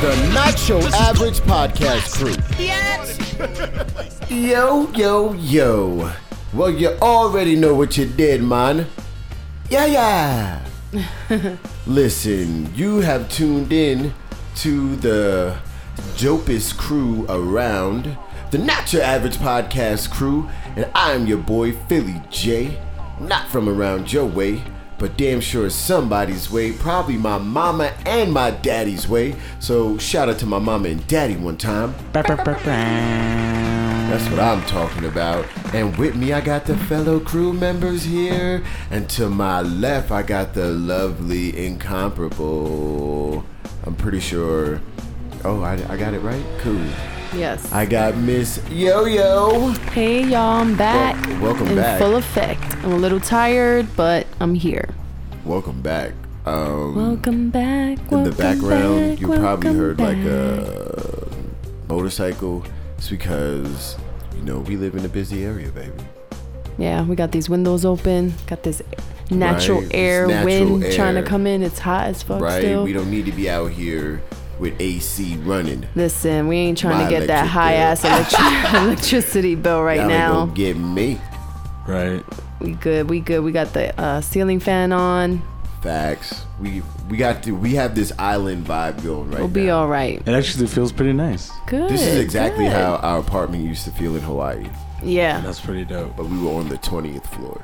the Not Your Average Podcast Crew. Yo, yo, yo. Well, you already know what you did, man. Yeah, yeah. Listen, you have tuned in to the dopest crew around, the Not Your Average Podcast crew, and I'm your boy, Philly J. Not from around your way, but damn sure it's somebody's way, probably my mama and my daddy's way. So shout out to my mama and daddy one time. That's what I'm talking about. And with me, I got the fellow crew members here. And to my left, I got the lovely, incomparable. I'm pretty sure. Oh, I, I got it right? Cool. Yes. I got Miss Yo Yo. hey y'all, I'm back. Wel- welcome in back. full effect. I'm a little tired, but I'm here. Welcome back. Um, Welcome back. in the welcome background, back, you probably welcome heard like back. a motorcycle. It's because, you know, we live in a busy area, baby. Yeah, we got these windows open. Got this natural Right, air it's natural wind trying to air. come in. It's hot as fuck Right? still. We don't need to be out here with AC running. Listen, we ain't trying My to get that electric high bill. ass electric- electricity bill right Y'all ain't now. gonna get me. Right. we good. We good. We got the uh, ceiling fan on. Facts. We we got to we have this island vibe going right We'll be now. all right. It actually feels pretty nice. Good. This is exactly good. how our apartment used to feel in Hawaii, Yeah. That's pretty dope. but we were on the twentieth floor.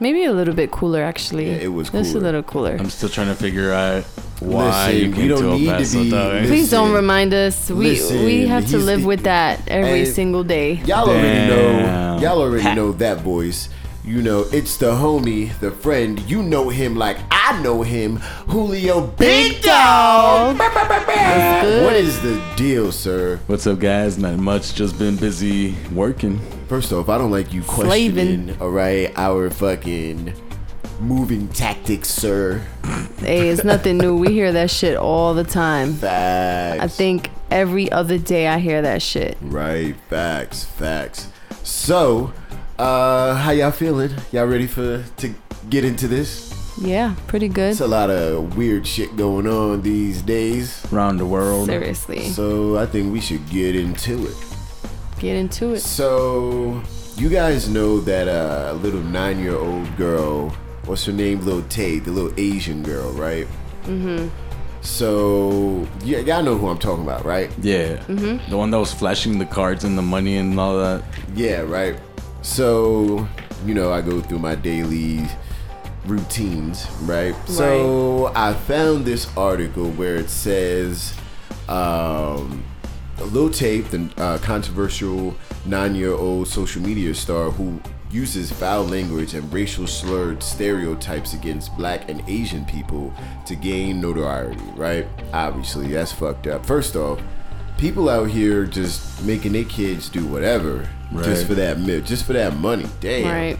Maybe a little bit cooler, actually. Yeah, it was Just a cooler. little cooler. I'm still trying to figure out why Listen, you we came don't to El need to Paso, be- dog. listen. Please don't remind us. We we Listen, have to he's- live with that every Hey. single day. Y'all Damn. already know. Y'all already know that voice. You know, it's the homie, the friend. You know him like I know him, Julio Big Dog. What is the deal, sir? What's up, guys? Not much. Just been busy working. First off, I don't like you questioning, all right, our fucking moving tactics, sir. Hey, it's nothing new. We hear that shit all the time. Facts. I think every other day I hear that shit. Right, facts, facts. So, uh, how y'all feeling? Y'all ready for to get into this? Yeah, pretty good. It's a lot of weird shit going on these days. Around the world. Seriously, So I think we should get into it. get into it. So you guys know that uh, little nine-year-old girl, what's her name? Little Tay, the little Asian girl, right? Mm-hmm. So yeah, y'all know who I'm talking about, right? Yeah. The one that was flashing the cards and the money and all that. Yeah, right. So, you know, I go through my daily routines, right? So I found this article where it says um, Lil Tape, the uh, controversial nine year old social media star who uses foul language and racial slurred stereotypes against black and Asian people to gain notoriety, right? Obviously, that's fucked up. First off, people out here just making their kids do whatever just Right. for that mi- just for that money. Damn. Right.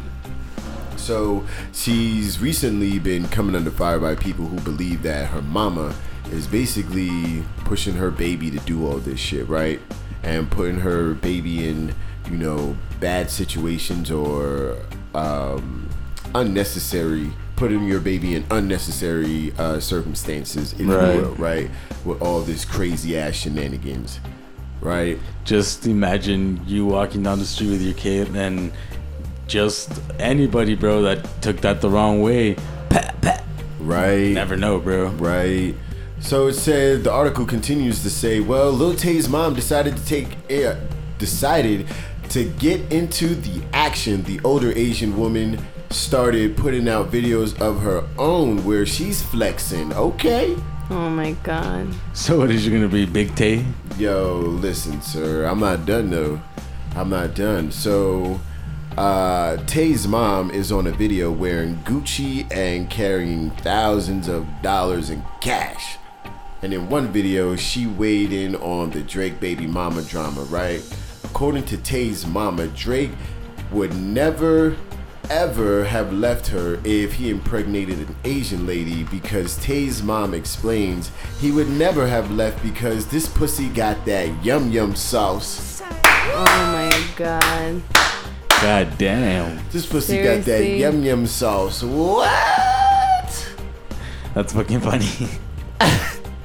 So she's recently been coming under fire by people who believe that her mama is basically pushing her baby to do all this shit, right? And putting her baby in, you know, bad situations or um, unnecessary, putting your baby in unnecessary uh, circumstances, if Right. you will, right? With all this crazy ass shenanigans, right? Just imagine you walking down the street with your kid and just anybody, bro, that took that the wrong way. Right. Never know, bro. Right. So it said the article continues to say, well, Lil Tay's mom decided to take eh, decided to get into the action. The older Asian woman started putting out videos of her own where she's flexing. Okay. Oh my god. So what is you gonna be, Big Tay? Yo, listen, sir. I'm not done though. I'm not done. So, uh, Tay's mom is on a video wearing Gucci and carrying thousands of dollars in cash. And in one video, she weighed in on the Drake baby mama drama, right? According to Tay's mama, Drake would never ever have left her if he impregnated an Asian lady because Tay's mom explains he would never have left because this pussy got that yum yum sauce. Oh my god. God damn. This pussy got that Seriously? yum yum sauce. What? That's fucking funny.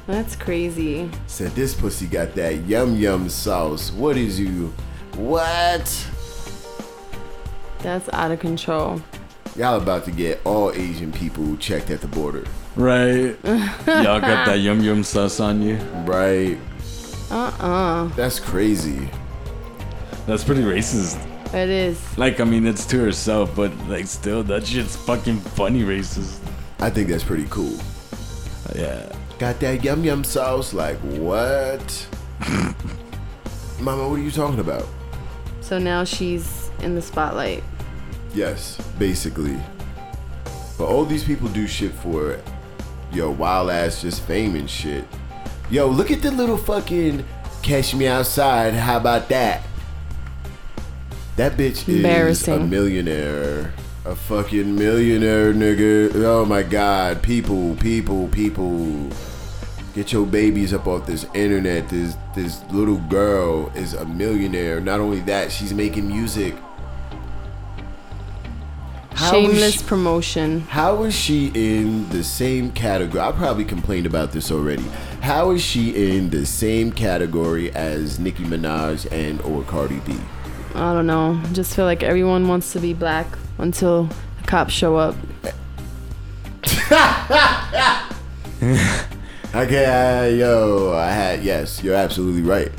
That's crazy. Said this pussy got that yum yum sauce. What is you? What? That's out of control. Y'all about to get all Asian people checked at the border, Right. Y'all got that yum yum sauce on you. right? Uh-uh. That's crazy. That's pretty racist. It is. Like, I mean, it's to herself, but like, still, that shit's fucking funny racist. I think that's pretty cool. Yeah. Got that yum yum sauce? Like what? Mama, what are you talking about? So now she's in the spotlight. Yes, basically. But all these people do shit for yo wild ass just fame and shit. Yo, look at the little fucking catch me outside. How about that? That bitch is a Embarrassing. millionaire. A fucking millionaire, nigga. Oh my god. People, people, people. Get your babies up off this internet. This this little girl is a millionaire. Not only that, she's making music. How is Shameless she- promotion. how is she in the same category? I probably complained about this already. How is she in the same category as Nicki Minaj and or Cardi B? I don't know. Just feel like everyone wants to be black until the cops show up. Okay, I- yo, I had yes, you're absolutely right.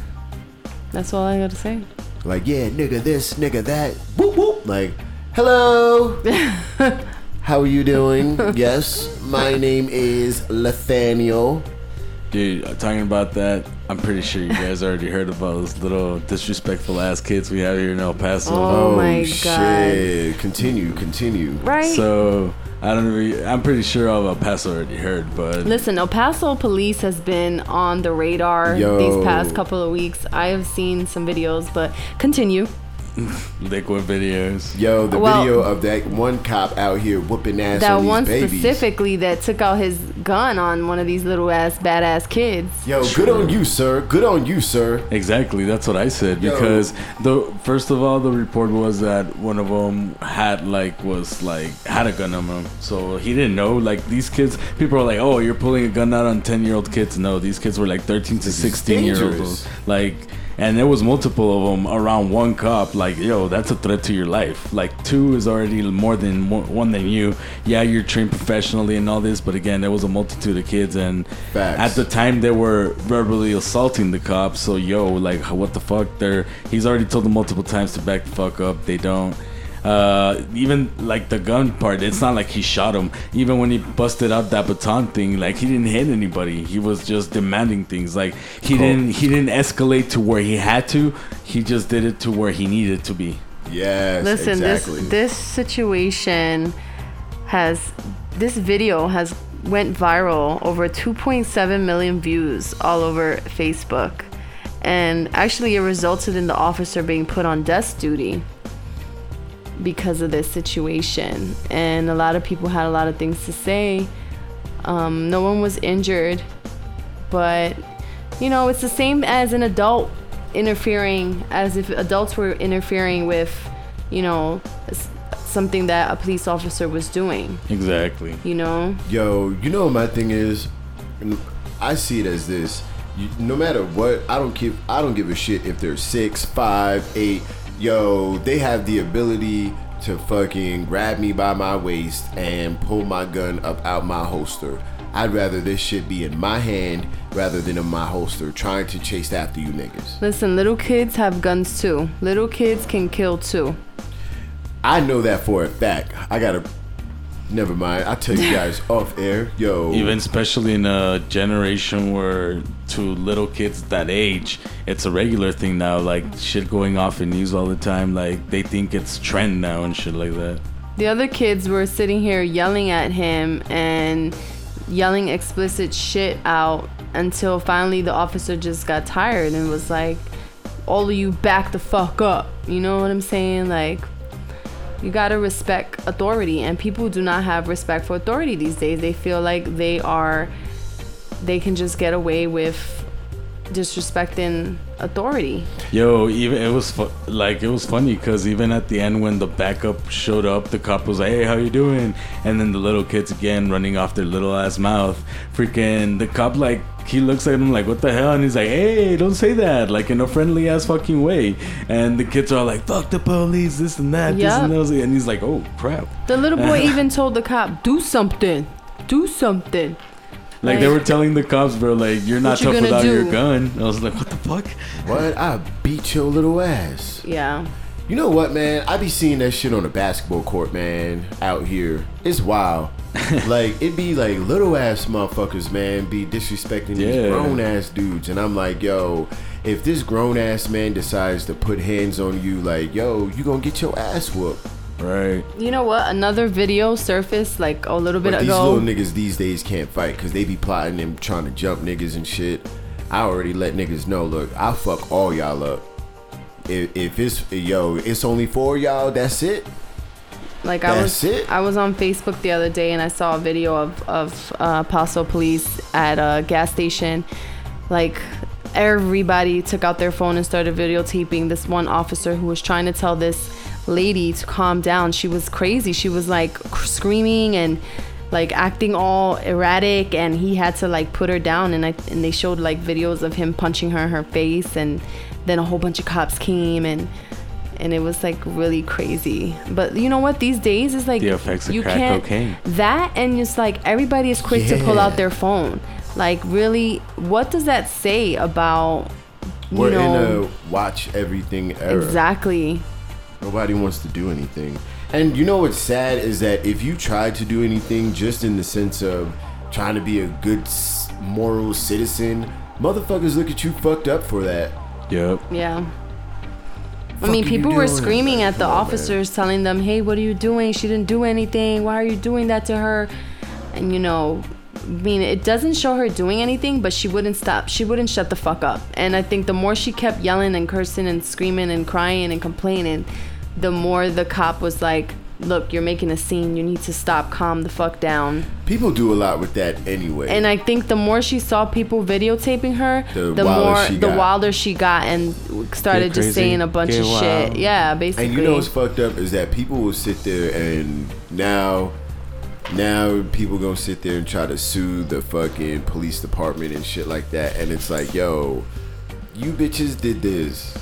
That's all I gotta say. Like yeah, nigga this, nigga that, whoop whoop. Like hello, how are you doing? yes, my name is Nathaniel. Dude, uh, talking about that, I'm pretty sure you guys already heard about those little disrespectful ass kids we have here in El Paso. Oh my shit! Continue, continue. Right? So I don't know. I'm pretty sure all about Paso already heard, but Listen, El Paso police has been on the radar Yo. these past couple of weeks. I have seen some videos, but continue. liquid videos. Yo, the Well- video of that one cop out here whooping ass that on these one babies. specifically that took out his gun on one of these little ass badass kids. Yo, good on you, sir. Good on you, sir. Exactly, that's what I said Yo. because the first of all, the report was that one of them had like was like had a gun on him, so he didn't know. Like these kids, people are like, "Oh, you're pulling a gun out on ten year old kids." No, these kids were like thirteen to sixteen year dangerous. olds. Like, and there was multiple of them around one cop. Like, yo, that's a threat to your life. Like, two is already more than one one than you. Yeah, you're trained professionally and all this, but again, there was a multitude of kids, and Facts. at the time they were verbally assaulting the cops so yo like what the fuck they're he's already told them multiple times to back the fuck up they don't uh even like the gun part it's not like he shot him even when he busted out that baton thing like he didn't hit anybody he was just demanding things like he didn't he didn't escalate to where he had to he just did it to where he needed to be Yes, Listen, exactly. this this situation has this video has went viral over 2.7 million views all over Facebook. And actually it resulted in the officer being put on desk duty because of this situation. And a lot of people had a lot of things to say. Um, no one was injured, but you know, it's the same as an adult interfering, as if adults were interfering with, you know, s- something that a police officer was doing, exactly you know? Yo, you know what my thing is? I see it as this. You, no matter what, I don't give I don't give a shit if they're six, five, eight. Yo, they have the ability to fucking grab me by my waist and pull my gun up out my holster. I'd rather this shit be in my hand rather than in my holster, trying to chase after you niggas. Listen, little kids have guns too. Little kids can kill too. I know that for a fact. I gotta. Never mind. I'll tell you guys off air. Yo. even especially in a generation where to little kids that age it's a regular thing now like shit going off in news all the time like they think it's trend now and shit like that The other kids were sitting here yelling at him and yelling explicit shit out until finally the officer just got tired and was like, All of you back the fuck up. You know what I'm saying? Like, you gotta respect authority, and people do not have respect for authority these days. They feel like they are, they can just get away with disrespecting authority. yo even it was fu- like it was funny because even at the end when the backup showed up the cop was like hey how you doing and then the little kids again running off their little ass mouth freaking the cop like he looks at him like, "What the hell?" And he's like, "Hey, don't say that!" Like in a friendly ass fucking way. And the kids are all like, "Fuck the police, this and that, this and Yeah. those." And he's like, "Oh crap!" The little boy even told the cop, "Do something, do something." Like they were telling the cops, bro, like you're not What you tough gonna without do? your gun. I was like, what the fuck? What? I beat your little ass. Yeah. You know what, man? I be seeing that shit on a basketball court, man, out here. It's wild. like, it be like little ass motherfuckers, man, be disrespecting Yeah. these grown ass dudes. And I'm like, yo, if this grown ass man decides to put hands on you, like, yo, you gonna get your ass whooped. Right. You know what? Another video surfaced like a little bit But these ago. little niggas these days can't fight because they be plotting and trying to jump niggas and shit. I already let niggas know, look, I fuck all y'all up. If, if it's, yo, it's only four of y'all, that's it. Like I That's was, it? I was on Facebook the other day and I saw a video of of uh, Paso police at a gas station. Like everybody took out their phone and started videotaping this one officer who was trying to tell this lady to calm down. She was crazy. She was like screaming and like acting all erratic and he had to like put her down and I and they showed like videos of him punching her in her face and then a whole bunch of cops came and and it was like really crazy. But you know what? These days is like The effects of you crack can't cocaine. that and just like everybody is quick to pull Yeah. out their phone. Like really, what does that say about you We're know in a watch everything era. exactly? Nobody wants to do anything. And you know what's sad is that if you try to do anything just in the sense of trying to be a good s- moral citizen, motherfuckers look at you fucked up for that. Yep. Yeah. I Fuck mean, are you people were doing? screaming Like, at the come on, man. officers, telling them, "Hey, what are you doing? She didn't do anything. Why are you doing that to her?" And you know, I mean, it doesn't show her doing anything, but she wouldn't stop. She wouldn't shut the fuck up. And I think the more she kept yelling and cursing and screaming and crying and complaining, the more the cop was like, "Look, you're making a scene. You need to stop. Calm the fuck down." People do a lot with that anyway. and I think the more she saw people videotaping her, The the, wilder more she the got. wilder she got and started Get just crazy, saying a bunch get of wild. shit. Yeah, basically. And you know what's fucked up is that people will sit there and now, now people gonna sit there and try to sue the fucking police department and shit like that. And it's like, yo, you bitches did this.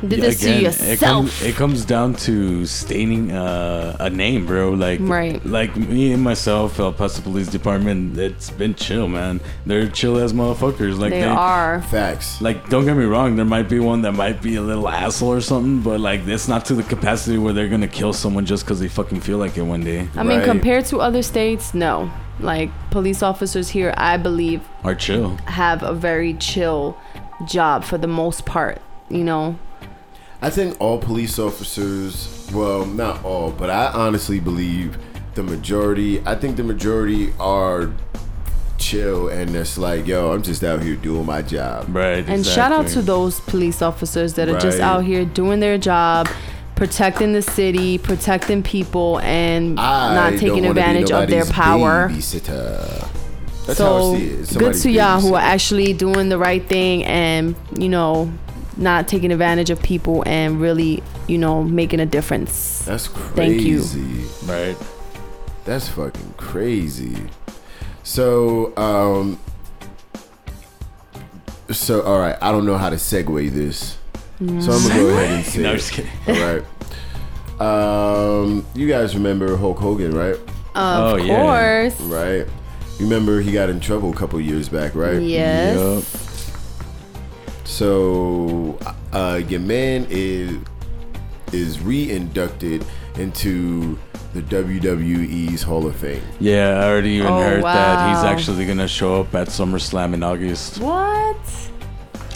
Did this to it yourself. comes, it comes down to staining uh, a name, bro. Like, Right. like me and myself, El Paso Police Department. It's been chill, man. They're chill as motherfuckers. Like they are. Facts. Like, don't get me wrong. There might be one that might be a little asshole or something, but like, it's not to the capacity where they're gonna kill someone just because they fucking feel like it one day. I mean, Right. compared to other states, no. Like police officers here, I believe, Are chill. have a very chill job for the most part. You know, I think all police officers, well, not all, but I honestly believe the majority, I think the majority are chill and it's like, yo, I'm just out here doing my job. Right. and shout out to those police officers that are just Right. out here doing their job, protecting the city, protecting people, and I not taking don't wanna be advantage of their nobody's power. Babysitter. That's how so I see it. It's good somebody's to y'all who are babysitter. actually doing the right thing and you know not taking advantage of people and really you know making a difference That's crazy. Thank you. Right. That's fucking crazy. So, um, so all right, I don't know how to segue this, so I'm gonna go ahead and say. No, it. just kidding. All right. Um, you guys remember Hulk Hogan, right? of Oh, yeah. course Right. Remember he got in trouble a couple years back, right? yes Yup. So, uh, your man is is reinducted into the WWE's Hall of Fame. Yeah, I already even Oh, heard that he's wow. actually gonna show up at SummerSlam in August. what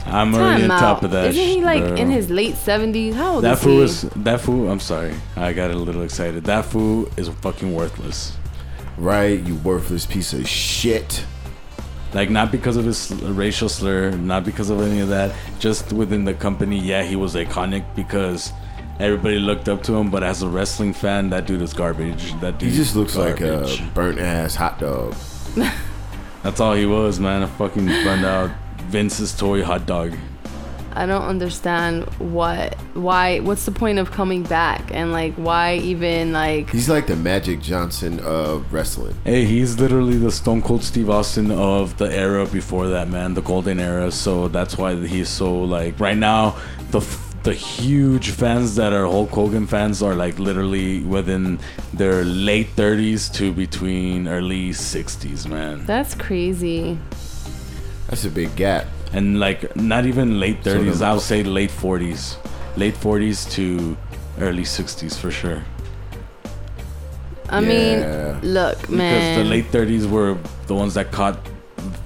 I'm already time on out top of that. isn't he sh- like bro. in his late 70s how old That is he fool is that fool. I'm sorry, I got a little excited. That fool is fucking worthless. Right, you worthless piece of shit. Like not because of his sl- racial slur, not because of any of that. Just within the company, yeah, he was iconic because everybody looked up to him. But as a wrestling fan, that dude is garbage. That dude. He just looks garbage. like uh, a burnt ass hot dog. That's all he was, man. A fucking burned out Vince's toy hot dog. I don't understand what why what's the point of coming back and like why even like He's like the Magic Johnson of wrestling. Hey, he's literally the Stone Cold Steve Austin of the era before that, man, the golden era. So that's why he's so like right now the f- the huge fans that are Hulk Hogan fans are like literally within their late 30s to between early 60s, man. that's crazy. That's a big gap. And like not even late 30s, the- I would say late 40s. Late 40s to early 60s for sure. I Yeah. mean, look, man. Because the late 30s were the ones that caught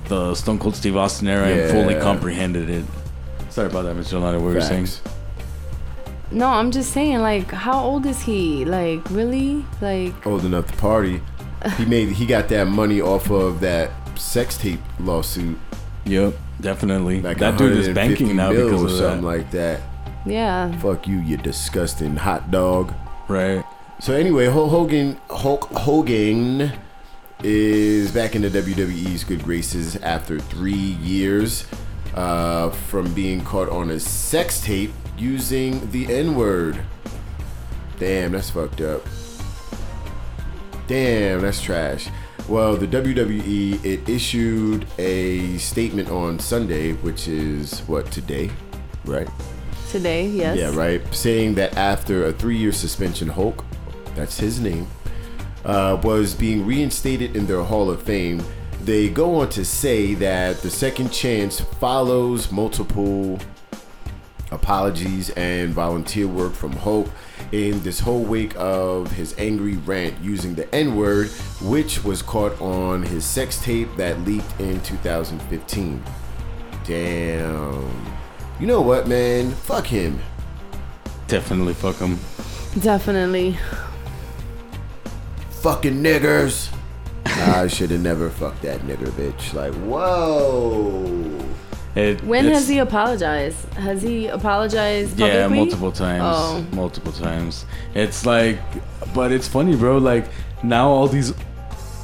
the Stone Cold Steve Austin era and fully Yeah. comprehended it. Sorry about that, Mr. Alonso. What were you saying? Facts. no, I'm just saying like how old is he? Like really? Like Old enough to party. He made he got that money off of that sex tape lawsuit. Yep, definitely. Like that dude is 150 banking now mil because or of something that. like that. yeah. Fuck you, you disgusting hot dog. right. So anyway, Hulk Hogan, Hulk Hogan is back in the WWE's good graces after three years uh, from being caught on a sex tape using the N word. Damn, that's fucked up. Damn, that's trash. Well, the WWE it issued a statement on Sunday, which is what today, right? Today, yes. Yeah, right. Saying that after a three year suspension, Hulk, that's his name, uh, was being reinstated in their Hall of Fame. They go on to say that the second chance follows multiple apologies and volunteer work from Hope in this whole wake of his angry rant using the N word, which was caught on his sex tape that leaked in 2015. Damn. You know what, man? Fuck him. Definitely fuck him. Definitely. Fucking niggers. I should have never fucked that nigger bitch. Like, whoa. It, When it's- has he apologized? Has he apologized publicly? Yeah, multiple times. Oh. Multiple times. It's like, but it's funny, bro. Like now, all these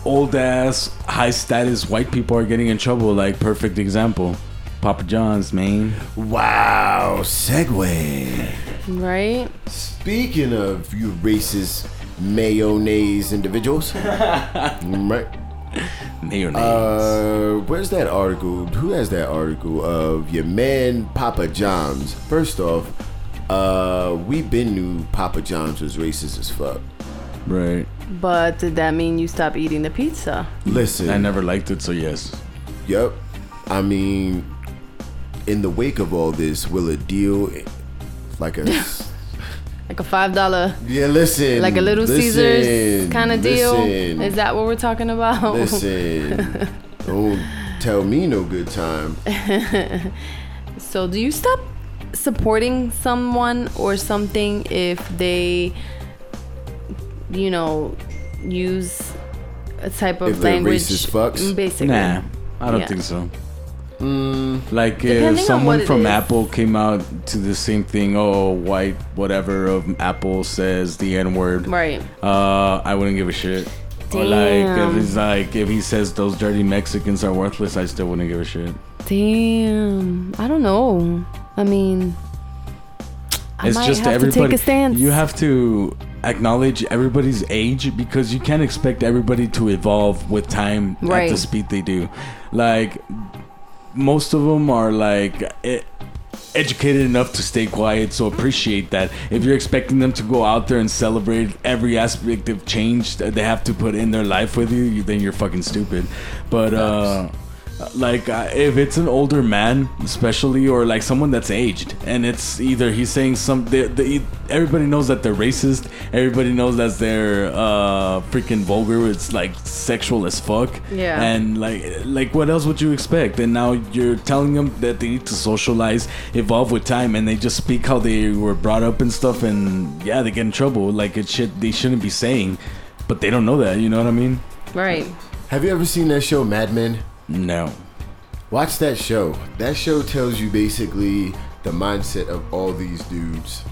old ass, high status white people are getting in trouble. Like perfect example, Papa John's, man. Wow. Segway. Right? Speaking of you racist mayonnaise individuals, right? Mayonnaise. Uh, where's that article? Who has that article of your man Papa John's? First off, uh, we been knew Papa John's was racist as fuck. right. But did that mean you stop eating the pizza? Listen, I never liked it, so yes. Yep. I mean, in the wake of all this, will a deal like a Like a five dollar yeah? Mm, Listen, like a little listen, Caesars kind of deal? listen, Is that what we're talking about? listen? Don't tell me no good time. So, do you stop supporting someone or something if they, you know, use a type of If they're language? Mm, racist fucks? Basically. Nah, I don't Yeah. think so. like Mm, if Depending on someone what it from is. Apple came out to the same thing, oh white whatever of Apple says the N word, Right. Uh, I wouldn't give a shit. Or like Damn. if he's like if he says those dirty Mexicans are worthless, I still wouldn't give a shit. Damn. I don't know. I mean, I might have to take a stance. You have to acknowledge everybody's age because you can't expect everybody to evolve with time at the Right. speed they do. Like most of them are like e- educated enough to stay quiet, so appreciate that. If you're expecting them to go out there and celebrate every aspect of change that they have to put in their life with you, you- then you're fucking stupid. But uh, like uh, if it's an older man, especially, or like someone that's aged, and it's either he's saying some, they, they, everybody knows that they're racist. Everybody knows that they're uh, freaking vulgar. It's like sexual as fuck. Yeah. And and like like what else would you expect and now you're telling them that they need to socialize evolve with time and they just speak how they were brought up and stuff and yeah they get in trouble like it shit they shouldn't be saying but they don't know that you know what i mean right. Have you ever seen that show Mad Men? no Watch that show. That show tells you basically the mindset of all these dudes.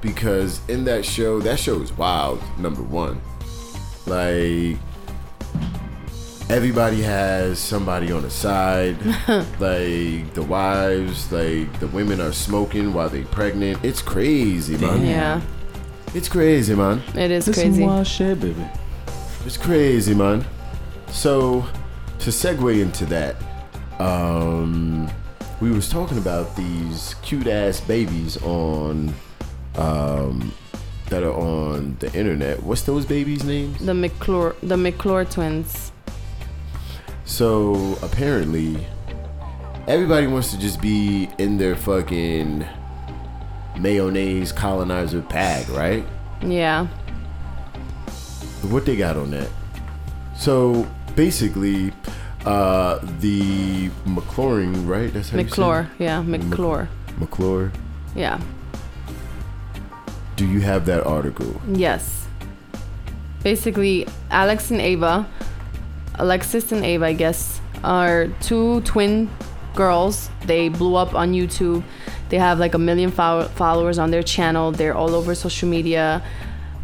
Because in that show, that show is wild, number one. Like, everybody has somebody on the side. like the wives, like the women are smoking while they pregnant. It's crazy, man. Yeah, It's crazy, man. it is This is crazy. wild shit, baby. It's crazy, man. So, to segue into that, um, we was talking about these cute ass babies on, um, that are on the internet. What's those babies' names? The McClure, the McClure twins. So apparently, everybody wants to just be in their fucking mayonnaise colonizer bag, right? Yeah, what they got on that. So basically, uh, the McLaurin, right? That's how you say it? McClure. Yeah, McClure. McClure. Yeah. Do you have that article? Yes. Basically, Alex and Ava, Alexis and Ava, I guess, are two twin girls. They blew up on YouTube. They have like a million fol- followers on their channel. They're all over social media.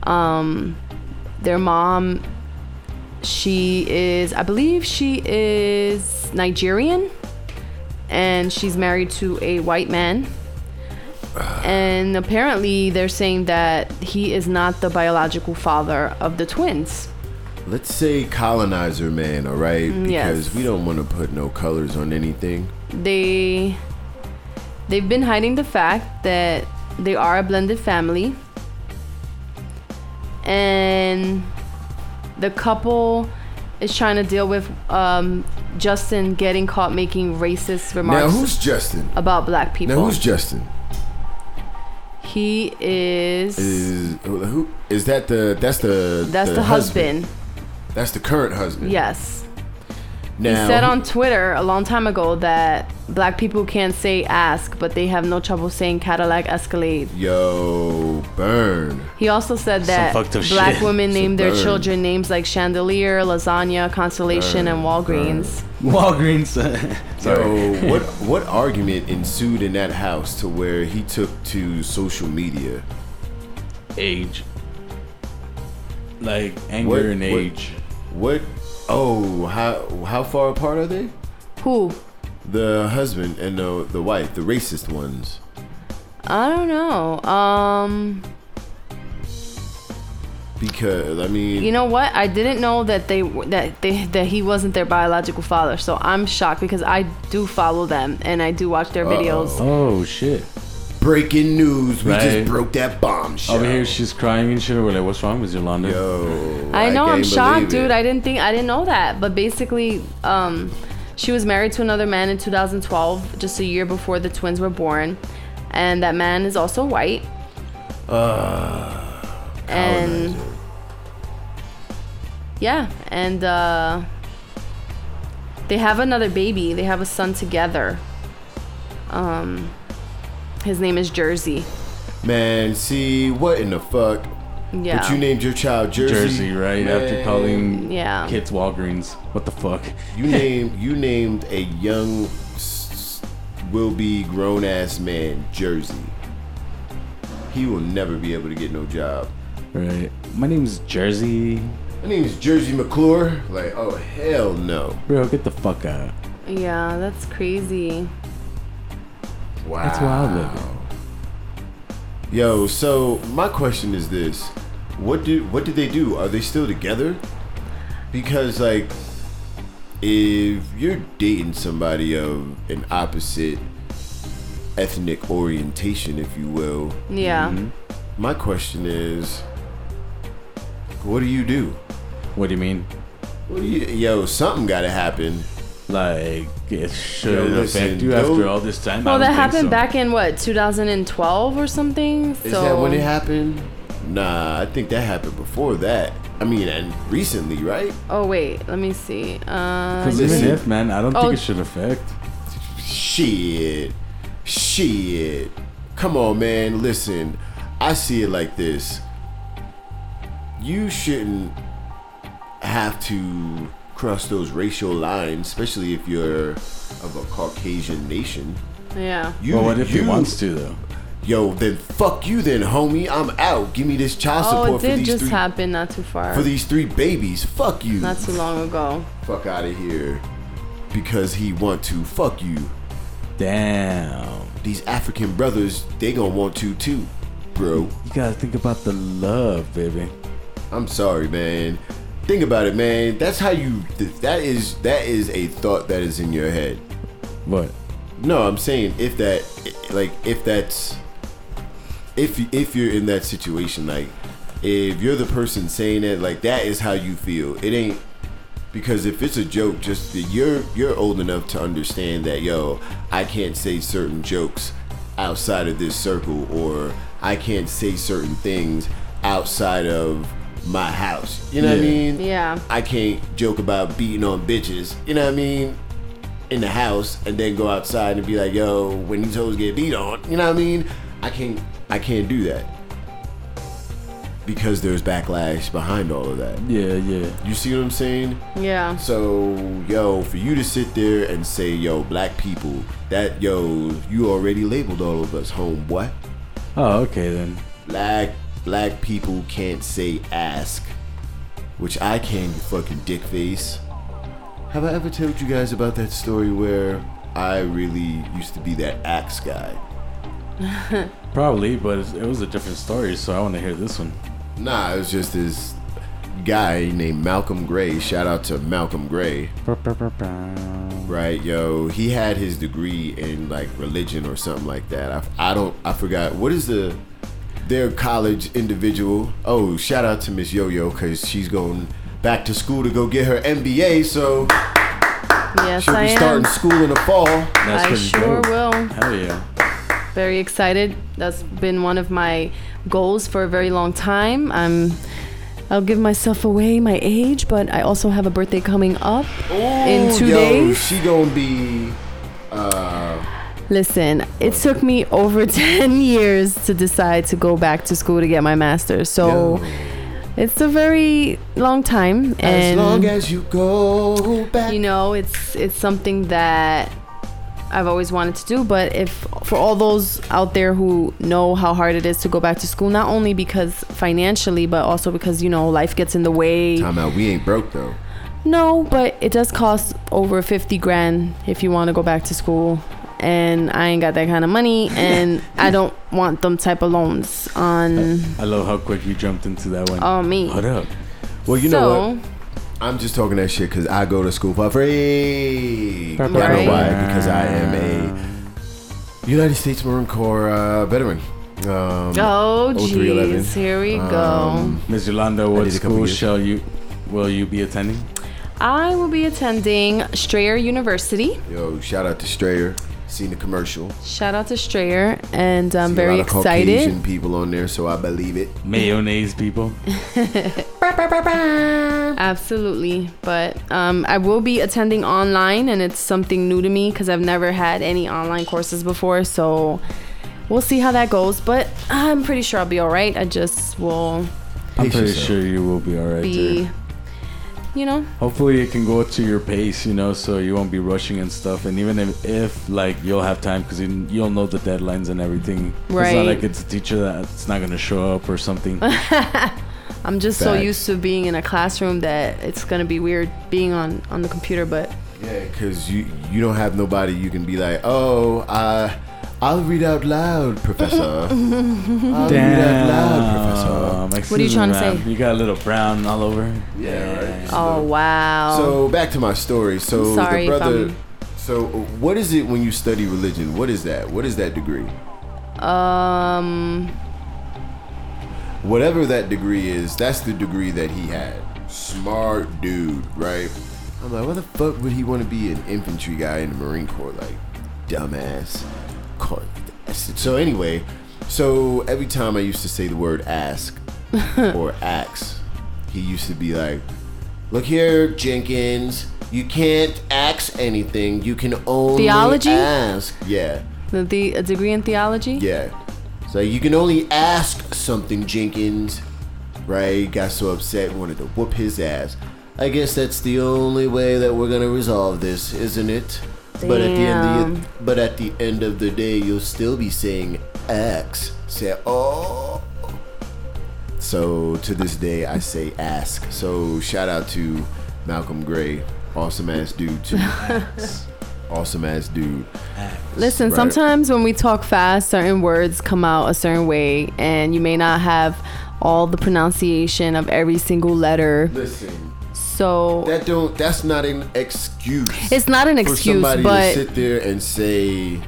Um, their mom, she is, I believe, she is Nigerian, and she's married to a white man and apparently they're saying that he is not the biological father of the twins. Let's say colonizer man, all right? Because Mm, yes. we don't want to put no colors on anything. They they've been hiding the fact that they are a blended family. And the couple is trying to deal with um, Justin getting caught making racist Now remarks who's Justin? about black Now people. who's Justin? he is, Is who- who is that? The that's the that's the, husband. That's the current husband. Yes. He Now said who- on Twitter a long time ago that black people can't say ask, but they have no trouble saying Cadillac Escalade. yo burn. He also said that fucked up black shit. women name their bird. children names like Chandelier, Lasagna, Constellation, and Walgreens. Walgreens. Sorry. So what what argument ensued in that house to where he took to social media? Age. Like anger What- and what- age. What? Oh, how how far apart are they? Who? The husband and the the wife, the racist ones. I don't know. Um, Because I mean, you know what? I didn't know that they that they that he wasn't their biological father. So I'm shocked because I do follow them and I do watch their videos. Oh shit. breaking news. We Right. Oh, just broke that bombshell. Over here she's crying and shit. We're like, what's wrong with Yolanda? Yo, I know, I'm can't shocked, believe it. dude. I didn't think, I didn't know that. But basically, um, she was married to another man in 2012, just a year before the twins were born, and that man is also white. Uh, and yeah, and uh, they have another baby. They have a son together. Um, his name is Jersey. man, see what in the fuck? Yeah. But you named your child Jersey, Jersey, right? After Man, calling Yeah. kids Walgreens. What the fuck? You named you named a young, s- will be grown ass man Jersey. He will never be able to get no job. Right. My name's Jersey. My name is Jersey McClure. Like, oh hell no! Bro, get the fuck out. yeah, that's crazy. Wow. That's wild, baby. Yo, so my question is this: What do what did they do? Are they still together? Because like, if you're dating somebody of an opposite ethnic orientation, if you will, Yeah. Mm-hmm. My question is, what do you do? What do you mean? What do you, yo, something got to happen. Like it should Yo, affect listen, you don't- after all this time. I Well, don't that think happened so. back in what 2012 or something. Is so that when it happened? Nah, I think that happened before that. I mean, and recently, right? oh wait, let me see. Uh, Because Listen. even if, man, I don't Oh. think it should affect. Shit. Shit. Come on, man. Listen, I see it like this. You shouldn't have to cross those racial lines, especially if you're of a Caucasian nation. yeah, You, well, what if he you- wants to though? yo, then fuck you, then homie, I'm out. Give me this child Oh, it support for did these just three happen not too far. for these three babies. Fuck you. not too long ago. fuck out of here because he want to. Fuck you. Damn. These African brothers, they gonna want to too, bro. You gotta think about the love, baby. I'm sorry, man. Think about it, man. That's how you. th- That is that is a thought that is in your head. What? No, I'm saying if that, like, if that's, if you- if you're in that situation, like, if you're the person saying it, like, that is how you feel. It ain't because if it's a joke, just that you're you're old enough to understand that, yo, I can't say certain jokes outside of this circle, or I can't say certain things outside of my house. You know what I Yeah. mean? Yeah. I can't joke about beating on bitches, you know what I mean? In the house and then go outside and be like, yo, when these hoes get beat on, you know what I mean? I can't I can't do that. Because there's backlash behind all of that. Yeah, yeah. You see what I'm saying? Yeah. So, yo, for you to sit there and say, yo, black people, that yo, you already labeled all of us homeboy. Oh, okay then. Black black people can't say ask, which I can, you fucking dick face. Have I ever told you guys about that story where I really used to be that axe guy? Probably, but it's- it was a different story, so I want to hear this one. Nah, it was just this guy named Malcolm Gray. Shout out to Malcolm Gray. Right, yo, he had his degree in like religion or something like that. I, I don't, I forgot. What is the their college individual? Oh, shout out to Miss Yo Yo because she's going back to school to go get her MBA. So Yes, she'll I be am. starting school in the fall. That's I pretty sure dope. will. Hell yeah. Very excited. That's been one of my goals for a very long time. I'm. I'll give myself away my age, but I also have a birthday coming up in Ooh, two yo, days. she gonna be. Uh, Listen, it took me over 10 years to decide to go back to school to get my master's. So Yo. it's a very long time as and long as you go back. you know, it's it's something that I've always wanted to do, but if for all those out there who know how hard it is to go back to school, not only because financially, but also because you know life gets in the way. Time out. We ain't broke though. No, but it does cost over 50 grand if you want to go back to school. And I ain't got that kind of money, and I don't want them type of loans on I love how quick you jumped into that one. on me. what up? Well, you Um, so, know what? I'm just talking that shit because I go to school for free. I know Right. why? Because I am a United States Marine Corps uh, veteran. Um, oh 0311. jeez, here we go. Um, Miss Yolanda, what did a couple school years. shall you will you be attending? I will be attending Strayer University. Yo, shout out to Strayer. Seen the commercial. Shout out to Strayer, and I'm Seen very a lot Of excited. Caucasian people on there, so I believe it. Mayonnaise people. Absolutely, but um, I will be attending online, and it's something new to me because I've never had any online courses before. So we'll see how that goes, but I'm pretty sure I'll be all right. I just will I'm Pace pretty yourself. sure you will be alright. be, you know, Hopefully it can go to your pace, you know, so you won't be rushing and stuff. And even if, if like you'll have time, because you, you'll know the deadlines and everything. It's Right. not like it's a teacher that's not gonna show up or something. I'm just so Facts. used to being in a classroom that it's gonna be weird being on on the computer. But Yeah, because you you don't have nobody you can be like, oh, uh, I'll read out loud, Professor. I'll read out loud, Professor. Damn, What are you excuse trying me, to say? ma'am. You got a little brown all over. Yeah, right. oh wow, So back to my story. So I'm sorry the if brother. I'm- So what is it when you study religion? What is that? What is that degree? um, Whatever that degree is, that's the degree that he had. Smart dude, right? I'm like, why the fuck would he want to be an infantry guy in the Marine Corps? Like, dumbass. Cor- So anyway, so every time I used to say the word ask or axe, he used to be like, "Look here, Jenkins, you can't axe anything. You can only Theology? ask." Yeah. the, the a degree in theology. Yeah. So you can only ask something, Jenkins. Right? Got so upset, wanted to whoop his ass. I guess that's the only way that we're gonna resolve this, isn't it? But at the end, of the, but at the end of the day, you'll still be saying ask. Said, oh. So to this day, I say ask. So shout out to Malcolm Gray, awesome ass dude. Too. awesome ass dude. Listen, Right. sometimes when we talk fast, certain words come out a certain way, and you may not have all the pronunciation of every single letter. Listen, So that don't. That's not an excuse. it's not an for excuse, somebody to but sit there and say,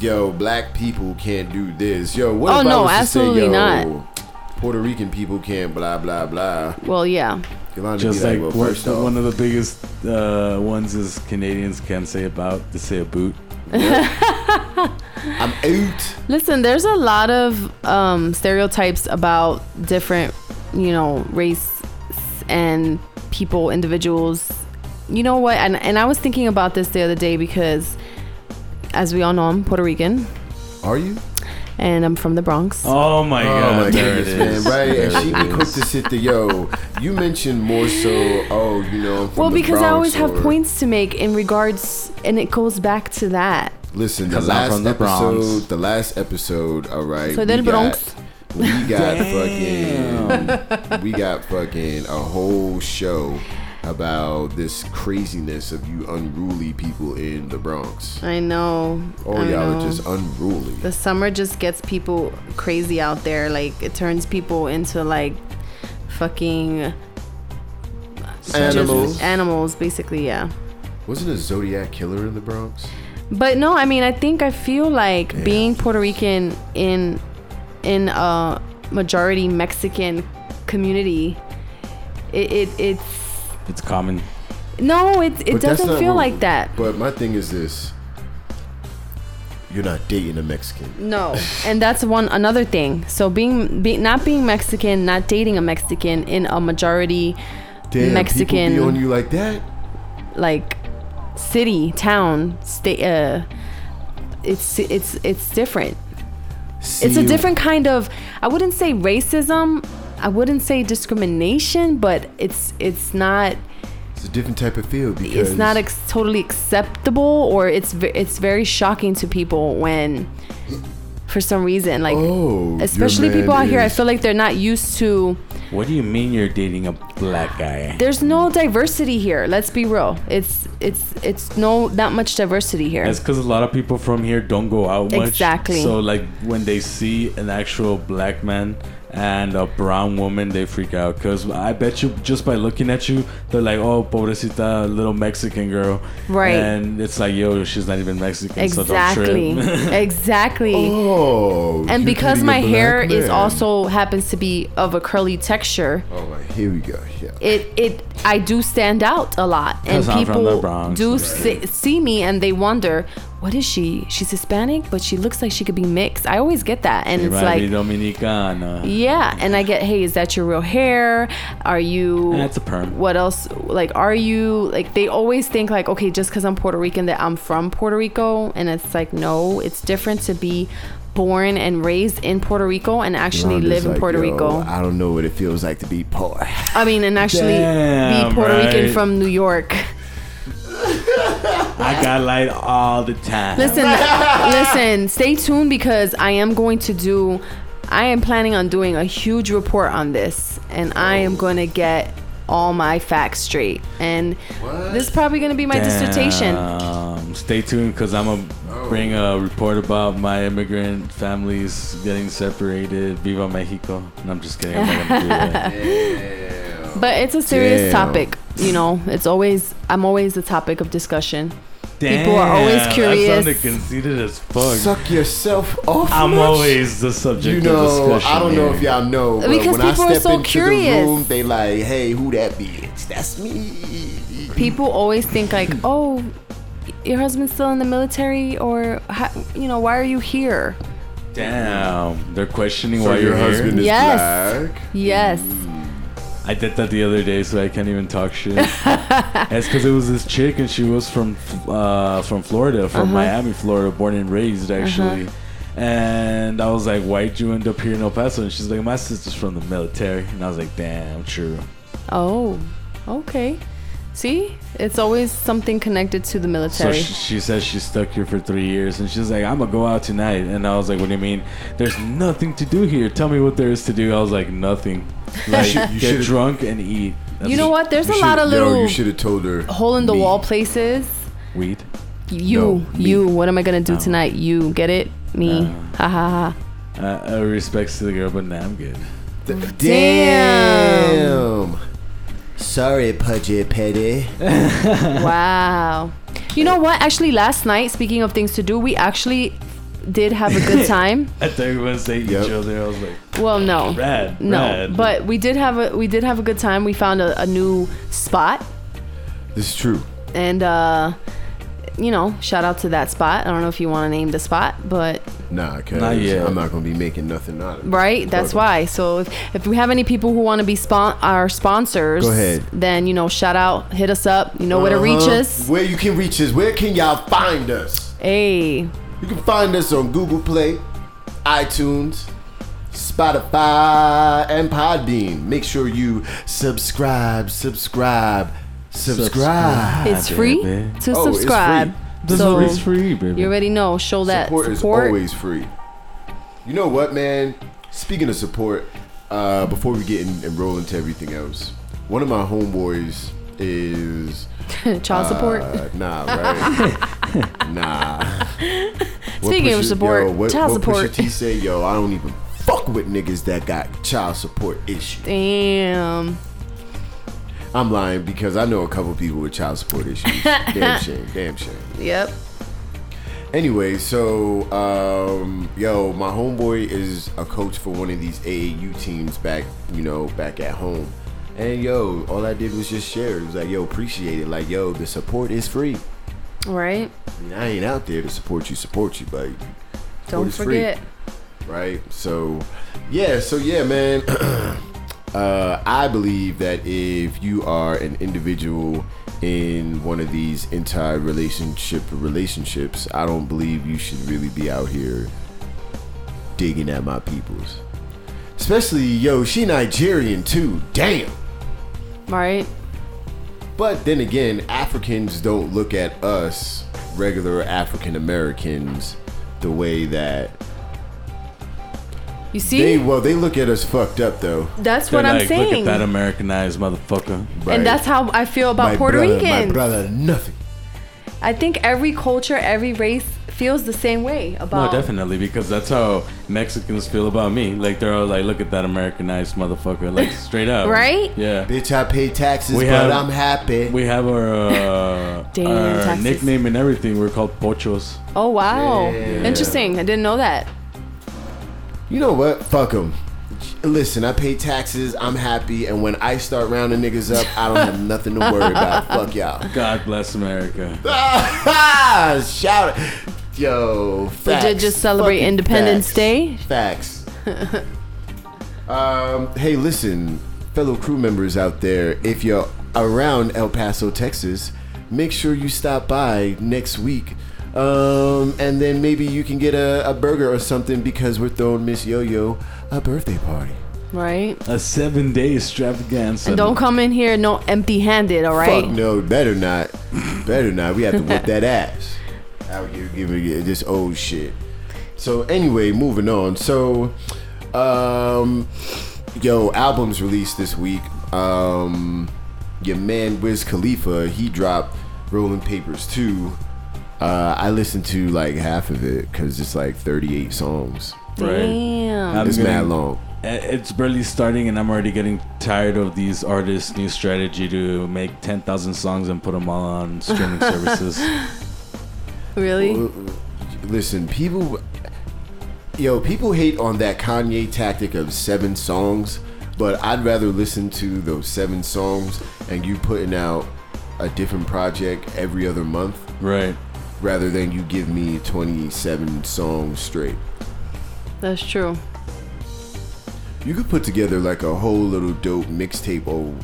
"Yo, black people can't do this." Yo, what Oh, if I no, was to absolutely say, Yo, not. Puerto Rican people can't blah blah blah. well, yeah. Yolanda Just be like like, well, what- first off, one of the biggest uh, ones is Canadians can say about to say a boot. I'm out. Listen, there's a lot of um, stereotypes about different, you know, race and people, individuals. You know what? And, and I was thinking about this the other day because, as we all know, I'm Puerto Rican Are you? and I'm from the Bronx. Oh my god, there it is. man! Right, and There she it be quick is. to sit there. Yo, you mentioned more so. Oh, you know. I'm from Well, the because I Bronx always have or- points to make in regards, and it goes back to that. Listen, the 'Cause I'm last from the episode, Bronx. the last episode. All right, Soy del we got- Bronx. we got Damn. fucking, we got fucking a whole show about this craziness of you unruly people in the Bronx. I know. Oh, I y'all know. are just unruly. the summer just gets people crazy out there. Like it turns people into like fucking just Animals. animals, basically. Yeah. Wasn't a Zodiac killer in the Bronx? But no, I mean, I think I feel like being Puerto Rican in in a majority Mexican community, it, it it's It's common. no, it it But that's doesn't not feel what- like that. But my thing is this: you're not dating a Mexican. No, and that's one another thing. So being be, not being Mexican, not dating a Mexican in a majority Damn, Mexican people be on you like that. like city, town, state. Uh, it's it's it's different. it's a See, different kind of. I wouldn't say racism. I wouldn't say discrimination, but it's it's not It's a different type of feel because it's not ex- totally acceptable, or it's ve- it's very shocking to people when, for some reason, like Oh, your especially people man out here, I is- feel like they're not used to. What do you mean you're dating a black guy? There's no diversity here. Let's be real. It's it's it's no not much diversity here. That's because a lot of people from here don't go out much. Exactly. So like when they see an actual black man and a brown woman, they freak out. Cause I bet you just by looking at you, they're like, "Oh, pobrecita, little Mexican girl." Right. And it's like, "Yo, she's not even Mexican." exactly. So don't trip. exactly. Oh, and you're because dating a my hair black is man. also happens to be of a curly texture, Oh my, here we go. Yeah. it it I do stand out a lot, and 'Cause I'm from the people Bronx, do right. see, see me and they wonder, what is she? She's Hispanic, but she looks like she could be mixed. I always get that, and You it's might like. be Dominicana. Yeah, and I get, hey, is that your real hair? Are you? That's a perm. What else? Like, are you? Like, they always think like, okay, just because I'm Puerto Rican that I'm from Puerto Rico, and it's like, no, it's different to be born and raised in Puerto Rico and actually Rhonda's live in like, Puerto "Yo, Rico. I don't know what it feels like to be poor. I mean, and actually Damn, be Puerto Rican right. from New York. I got light all the time. Listen, listen, stay tuned because I am going to do I am planning on doing a huge report on this and I Oh. am going to get all my facts straight and this is probably going to be my dissertation. Damn. Stay tuned because I'm gonna bring a report about my immigrant families getting separated. Viva Mexico! No, I'm just kidding. I'm not gonna do that. But it's a serious Damn. topic, you know. It's always I'm always the topic of discussion. People are always Damn, I curious. sounded conceited as fuck. Suck yourself off. I'm much? always the subject You of know, discussion. I don't know if here. y'all know, but Because when I people are step so into curious. the room, they like, "Hey, who that bitch? That's me." People always think like, Hmm. "Oh, your husband's still in the military or how, you know, why are you here?" Damn, they're questioning So why your you're here. husband is Yes. black. Yes. Hmm. I did that the other day, so I can't even talk shit. That's because it was this chick, and she was from uh, from Florida, from Miami, Florida, born and raised actually. And I was like, "Why'd you end up here in El Paso?" And she's like, "My sister's from the military." And I was like, "Damn, true." Oh, okay. See, it's always something connected to the So military. she, she says she's stuck here for three years, and she's like, "I'm gonna go out tonight." And I was like, "What do you mean? There's nothing to do here. Tell me what there is to do." I was like, "Nothing. Like, should- you get should've- drunk and eat." That's you know what? There's You a lot should- of yo, little you should have told her. hole in the me. wall places. Weed. You, No, me. you. What am I gonna do No. tonight? You get it? Me? No. Ha ha ha. Uh, uh, respects to the girl, but nah, I'm good. Th- Damn. Damn. Sorry, Pudgy Petty. Wow. You know what? Actually, last night, speaking of things to do, we actually did have a good time. I thought you were gonna say Yep. each other. I was like, Well, no. "Rad, No, rad." but we did have a we did have a good time. We found a, a new spot, This is true. and uh, you know, shout out to that spot. I don't know if you want to name the spot, but Nah, cause Not yet. I'm not gonna be making nothing out of it. right, that's Totally. why. So if, if we have any people who want to be spon- our sponsors, Go ahead. then you know, shout out, hit us up. You know where to reach Uh-huh. us. Where you can reach us. Where can y'all find us? Hey, You can find us on Google Play, iTunes, Spotify, and Podbean. Make sure you subscribe, subscribe, subscribe. it's baby. free to Oh, it's subscribe. This So is free, baby. you already know. Show Mm. that Support support. is always free. You know what, man? Speaking of support, uh, before we get in and roll into everything else, one of my homeboys is Child support. Uh, nah, right? nah. What Speaking of Pusha- support, yo, what, child what support. Pusha T say, yo, I don't even fuck with niggas that got child support issues. Damn. I'm lying because I know a couple people with child support issues. damn shame, damn shame. Yep. Anyway, so um, yo, my homeboy is a coach for one of these AAU teams back, you know, back at home. And yo, all I did was just share. It was like, yo, appreciate it. Like, yo, the support is free. Right. I, mean, I ain't out there to support you, support you, but Don't is free. forget. right? So, yeah, so yeah, man. uh, I believe that if you are an individual in one of these entire relationship relationships, I don't believe you should really be out here digging at my peoples. Especially, yo, she Nigerian too. Damn. Right. But then again, Africans don't look at us, regular African Americans, the way that You see? they well they look at us fucked up though. That's They're what I'm like, Look at saying. that Americanized motherfucker. Right. And that's how I feel about my Puerto brother, My Ricans. brother, nothing. I think every culture, every race feels the same way No, about definitely, because that's how Mexicans feel about me. Like they're all like, "Look at that Americanized motherfucker!" Like straight up, Right? Yeah. Bitch, I pay taxes, We but have- I'm happy. We have our, uh, Damn, our taxes. nickname and everything. We're called pochos. Oh wow. Yeah. Interesting. I didn't know that. you know what? Fuck them. Listen, I pay taxes. I'm happy, and when I start rounding niggas up, I don't have nothing to worry about. Fuck y'all. God bless America. Shout it, yo. Facts. did just celebrate Fucking Independence facts. Day. Facts. um, hey, listen, fellow crew members out there, if you're around El Paso, Texas, make sure you stop by next week. Um, and then maybe you can get a, a burger or something because we're throwing Miss Yo Yo a birthday party. Right. A seven-day extravaganza. And don't come in here no empty handed, all right? Fuck no, better not. Better not. We have to whip that ass. Out here giving it this old shit. So anyway, moving on. So um yo, albums released this week. Um your man Wiz Khalifa, he dropped Rolling Papers 2. Uh, I listened to like half of it because it's like 38 songs. Damn. I'm It's gonna- mad long. Uh, It's barely starting, and I'm already getting tired of these artists' new strategy to make 10,000 songs and put them all on streaming services. Really? Listen, people, yo, people hate on that Kanye tactic of seven songs, but I'd rather listen to those seven songs and you putting out a different project every other month Right. rather than you give me 27 songs straight. That's true. You could put together like a whole little dope mixtape or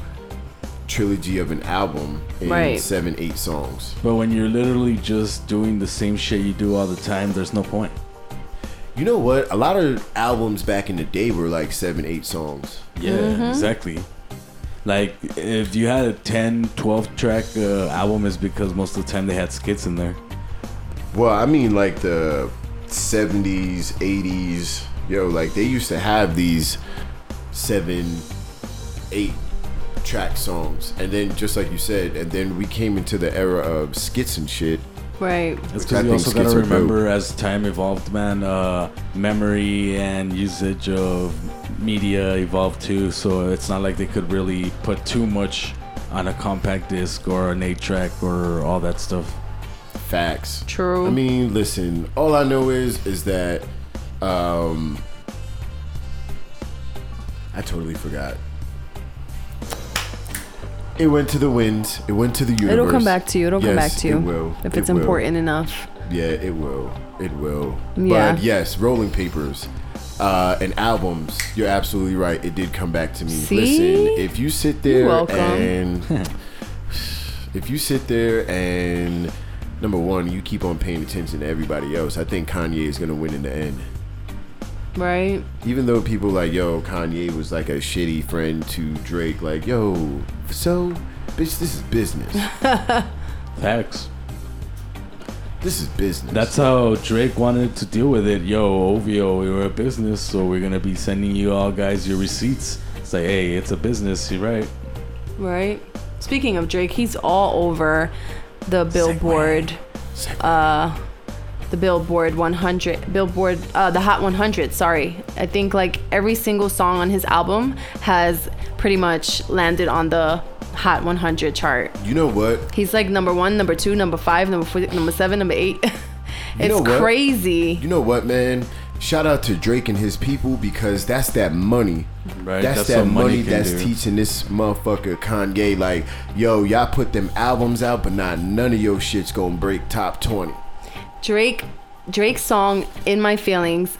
trilogy of an album in Right. seven, eight songs. But when you're literally just doing the same shit you do all the time, there's no point. You know what? A lot of albums back in the day were like seven, eight songs. Yeah, exactly. Like, if you had a 10, 12 track uh, album, it's because most of the time they had skits in there. Well, I mean, like the 70s, 80s, yo, like they used to have these seven, eight track songs. And then, just like you said, and then we came into the era of skits and shit. Right. That's Which I because you think also gotta skits are dope. remember, as time evolved, man, uh, memory and usage of media evolved too. So it's not like they could really put too much on a compact disc or an eight track or all that stuff. Facts. True. I mean, listen, all I know is is that um I totally forgot. It went to the winds. It went to the universe. It'll come back to you. It'll come Yes, back to you It will. if It it's will. important enough. Yeah, it will. It will. Yeah. But yes, rolling papers. Uh, and albums, you're absolutely right. It did come back to me. See? Listen, if you sit there You're welcome. and if you sit there and number one, you keep on paying attention to everybody else, I think Kanye is gonna win in the end. Right. Even though people like, yo, Kanye was like a shitty friend to Drake, like, yo, so bitch, this is business. Facts. this is business. That's how Drake wanted to deal with it. Yo, OVO, we were a business, so we're gonna be sending you all guys your receipts. It's like, hey, it's a business, you're right. Right. Speaking of Drake, he's all over the Billboard, Segue. uh, the Billboard 100, Billboard, uh, the Hot 100. Sorry, I think like every single song on his album has pretty much landed on the Hot 100 chart. you know what? He's like number one, number two, number five, number four, number seven, number eight. it's know what? crazy. You know what, man? Shout out to Drake and his people because that's that money. Right, That's, that's that what money money, can that's do. teaching this motherfucker Kanye like, yo, y'all put them albums out, but not none of your shit's gonna break top twenty. Drake, Drake's song "In My Feelings"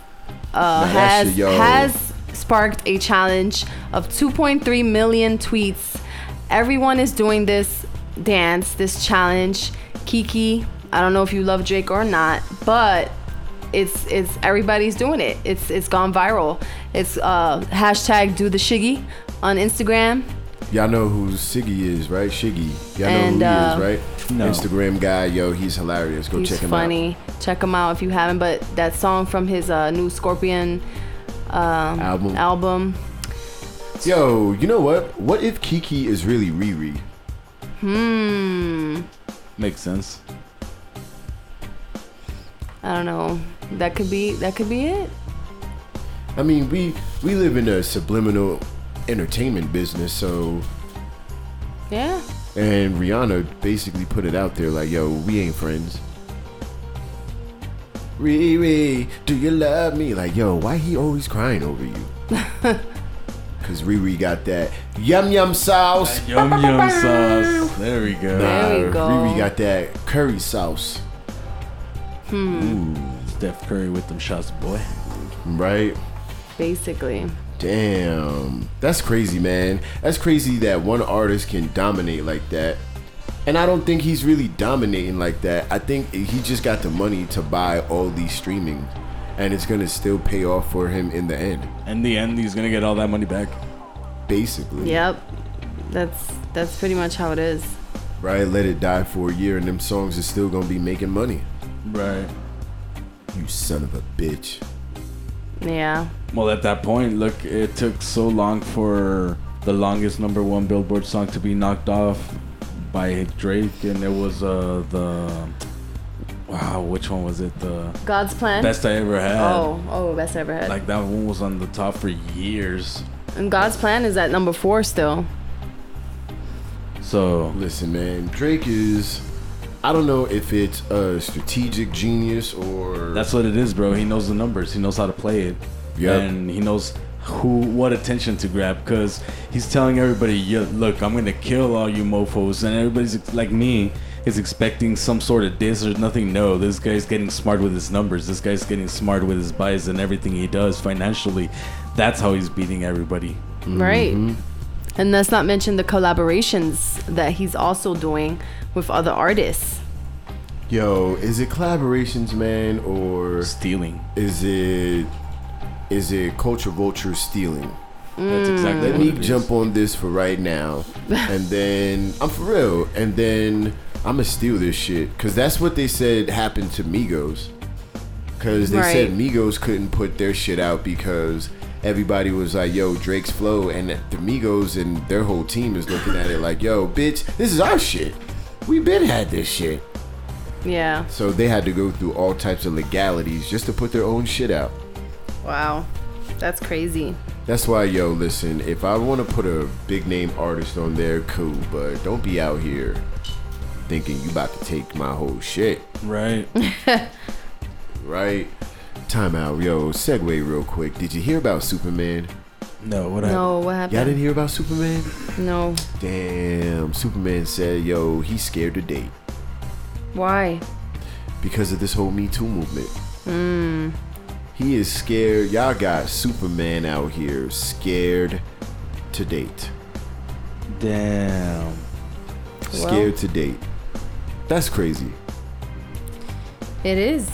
uh, that has shit, yo. has sparked a challenge of 2.3 million tweets. Everyone is doing this dance, this challenge. Kiki, I don't know if you love Drake or not, but it's it's everybody's doing it. It's it's gone viral. It's uh, hashtag Do the Shiggy on Instagram. Y'all know who Siggy is, right? Shiggy. Y'all And, know who uh, he is, right? No. Instagram guy, yo, he's hilarious. Go He's check him funny. Check him out if you haven't. But that song from his uh, new Scorpion um, Album. album. out. Yo, you know what? What if Kiki is really Riri? Hmm. Makes sense. I don't know. That could be. That could be it. I mean, we we live in a subliminal entertainment business, so Yeah. And Rihanna basically put it out there like, yo, we ain't friends. Riri, do you love me? Like, yo, why he always crying over you? Cause Riri got that yum yum sauce. Yum yum sauce. There we go. There we Nah, go. Riri got that curry sauce. Steph Curry with them shots, boy. Right? Basically. Damn. That's crazy, man. That's crazy that one artist can dominate like that. And I don't think he's really dominating like that. I think he just got the money to buy all these streaming. And it's going to still pay off for him in the end, In the end, he's gonna get all that money back. basically. Yep. That's that's pretty much how it is. Right? Let it die for a year, and them songs are still going to be making money. Right. You son of a bitch. Yeah. Well, at that point, look, it took so long for the longest number one Billboard song to be knocked off by Drake, and it was uh, the wow, which one was it? The God's plan. best I ever had. oh, oh, best I ever had. Like that one was on the top for years. and God's plan is at number four still. So Listen, man, Drake is. I don't know if it's a strategic genius or. that's what it is, bro. He knows the numbers. He knows how to play it. Yep. And he knows who what attention to grab because he's telling everybody, yeah, look, I'm gonna kill all you mofos, and everybody's ex- like me is expecting some sort of diss or nothing. No, this guy's getting smart with his numbers. This guy's getting smart with his buys and everything he does financially. That's how he's beating everybody. Right. And let's not mention the collaborations that he's also doing with other artists. Yo, is it collaborations, man, or. Stealing. is it is it culture vulture stealing That's exactly. Mm. Let what me it is. jump on this for right now, and then I'm for real, and then I'm gonna steal this shit because that's what they said happened to Migos. Because they said Right. Migos couldn't put their shit out because everybody was like, "Yo, Drake's flow," and the Migos and their whole team is looking at it like, "Yo, bitch, this is our shit. We been had this shit." Yeah. So they had to go through all types of legalities just to put their own shit out. Wow. That's crazy. That's why, yo, listen, if I want to put a big name artist on there, cool, but don't be out here thinking you about to take my whole shit, Right. right? Time out, yo, segue real quick. Did you hear about Superman? No. What happened? No, what Y'all happened? didn't hear about Superman? No. Damn, Superman said, yo, he's scared to date Why? because of this whole Me Too movement. He is scared. Y'all got Superman out here scared to date. Damn. Scared to date. That's crazy. It is.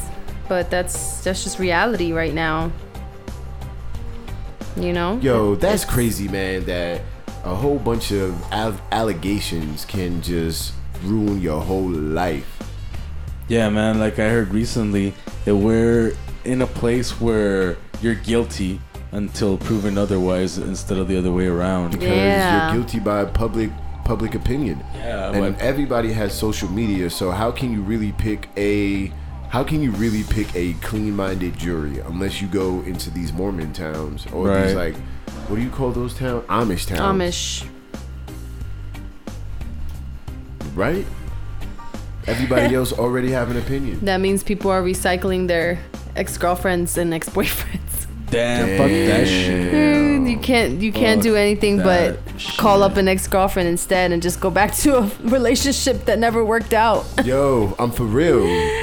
But that's that's just reality right now. You know? Yo, that's crazy, man. That a whole bunch of al- allegations can just ruin your whole life. Yeah, man. Like I heard recently that we're in a place where you're guilty until proven otherwise, instead of the other way around. Because Yeah. you're guilty by public public opinion. Yeah, And but- everybody has social media, so how can you really pick a how can you really pick a clean-minded jury unless you go into these Mormon towns or these Right. like what do you call those towns? Amish towns. Amish. Right? Everybody else already have an opinion. That means people are recycling their ex girlfriends and ex boyfriends. Damn. Fuck that shit. Damn. You can't you can't do Fuck anything but that call shit. up an ex girlfriend instead and just go back to a relationship that never worked out. Yo, I'm for real.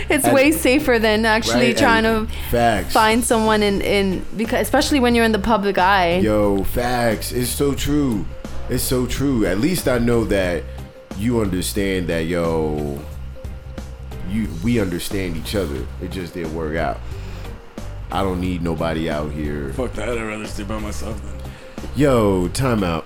It's And- way safer than actually Right, trying and to facts. find someone in in because especially when you're in the public eye. Yo, facts. It's so true. It's so true. At least I know that you understand that yo you we understand each other. It just didn't work out. I don't need nobody out here. Fuck that. I'd rather stay by myself than. Yo, timeout.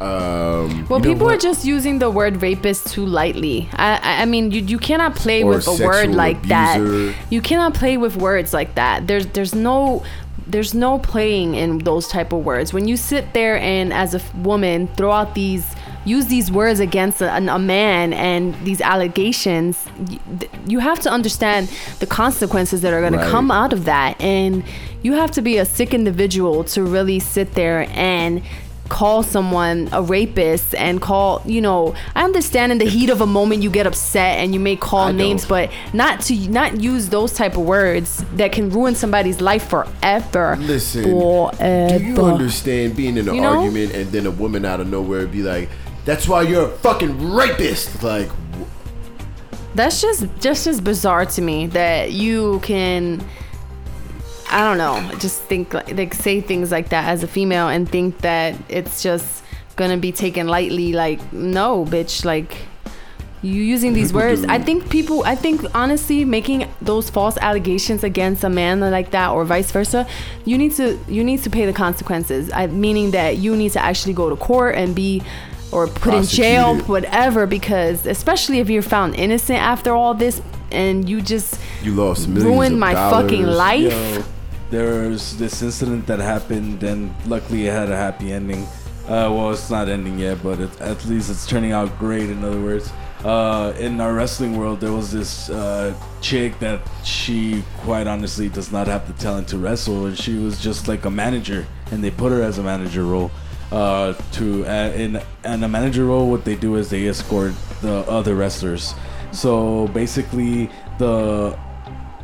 um Well, you know people what? are just using the word rapist too lightly. I, I, I mean, you, you cannot play Or with a word sexual like abuser. that. You cannot play with words like that. There's there's no there's no playing in those type of words. When you sit there and as a f- woman throw out these use these words against a, an- a man and these allegations, you, you have to understand the consequences that are going Right. to come out of that and you have to be a sick individual to really sit there and call someone a rapist and call you know i understand in the heat of a moment you get upset and you may call I names don't. but not to not use those type of words that can ruin somebody's life forever Listen, forever Do you understand being in an You know? argument and then a woman out of nowhere be like, "That's why you're a fucking rapist." Like, that's just just just bizarre to me that you can i don't know just think like like, say things like that as a female and think that it's just gonna be taken lightly like no bitch like you using these words i think people i think honestly making those false allegations against a man like that or vice versa you need to you need to pay the consequences I, meaning that you need to actually go to court and be or put in jail Prosecuted. whatever because especially if you're found innocent after all this and you just you lost millions ruined of my dollars. fucking life Yo, there's this incident that happened, and luckily it had a happy ending. Uh, well, it's not ending yet, but it, at least it's turning out great. In other words, uh, in our wrestling world, there was this uh, chick that she quite honestly does not have the talent to wrestle, and she was just like a manager, and they put her as a manager role. Uh, to uh, in and a manager role, what they do is they escort the other wrestlers. So basically, the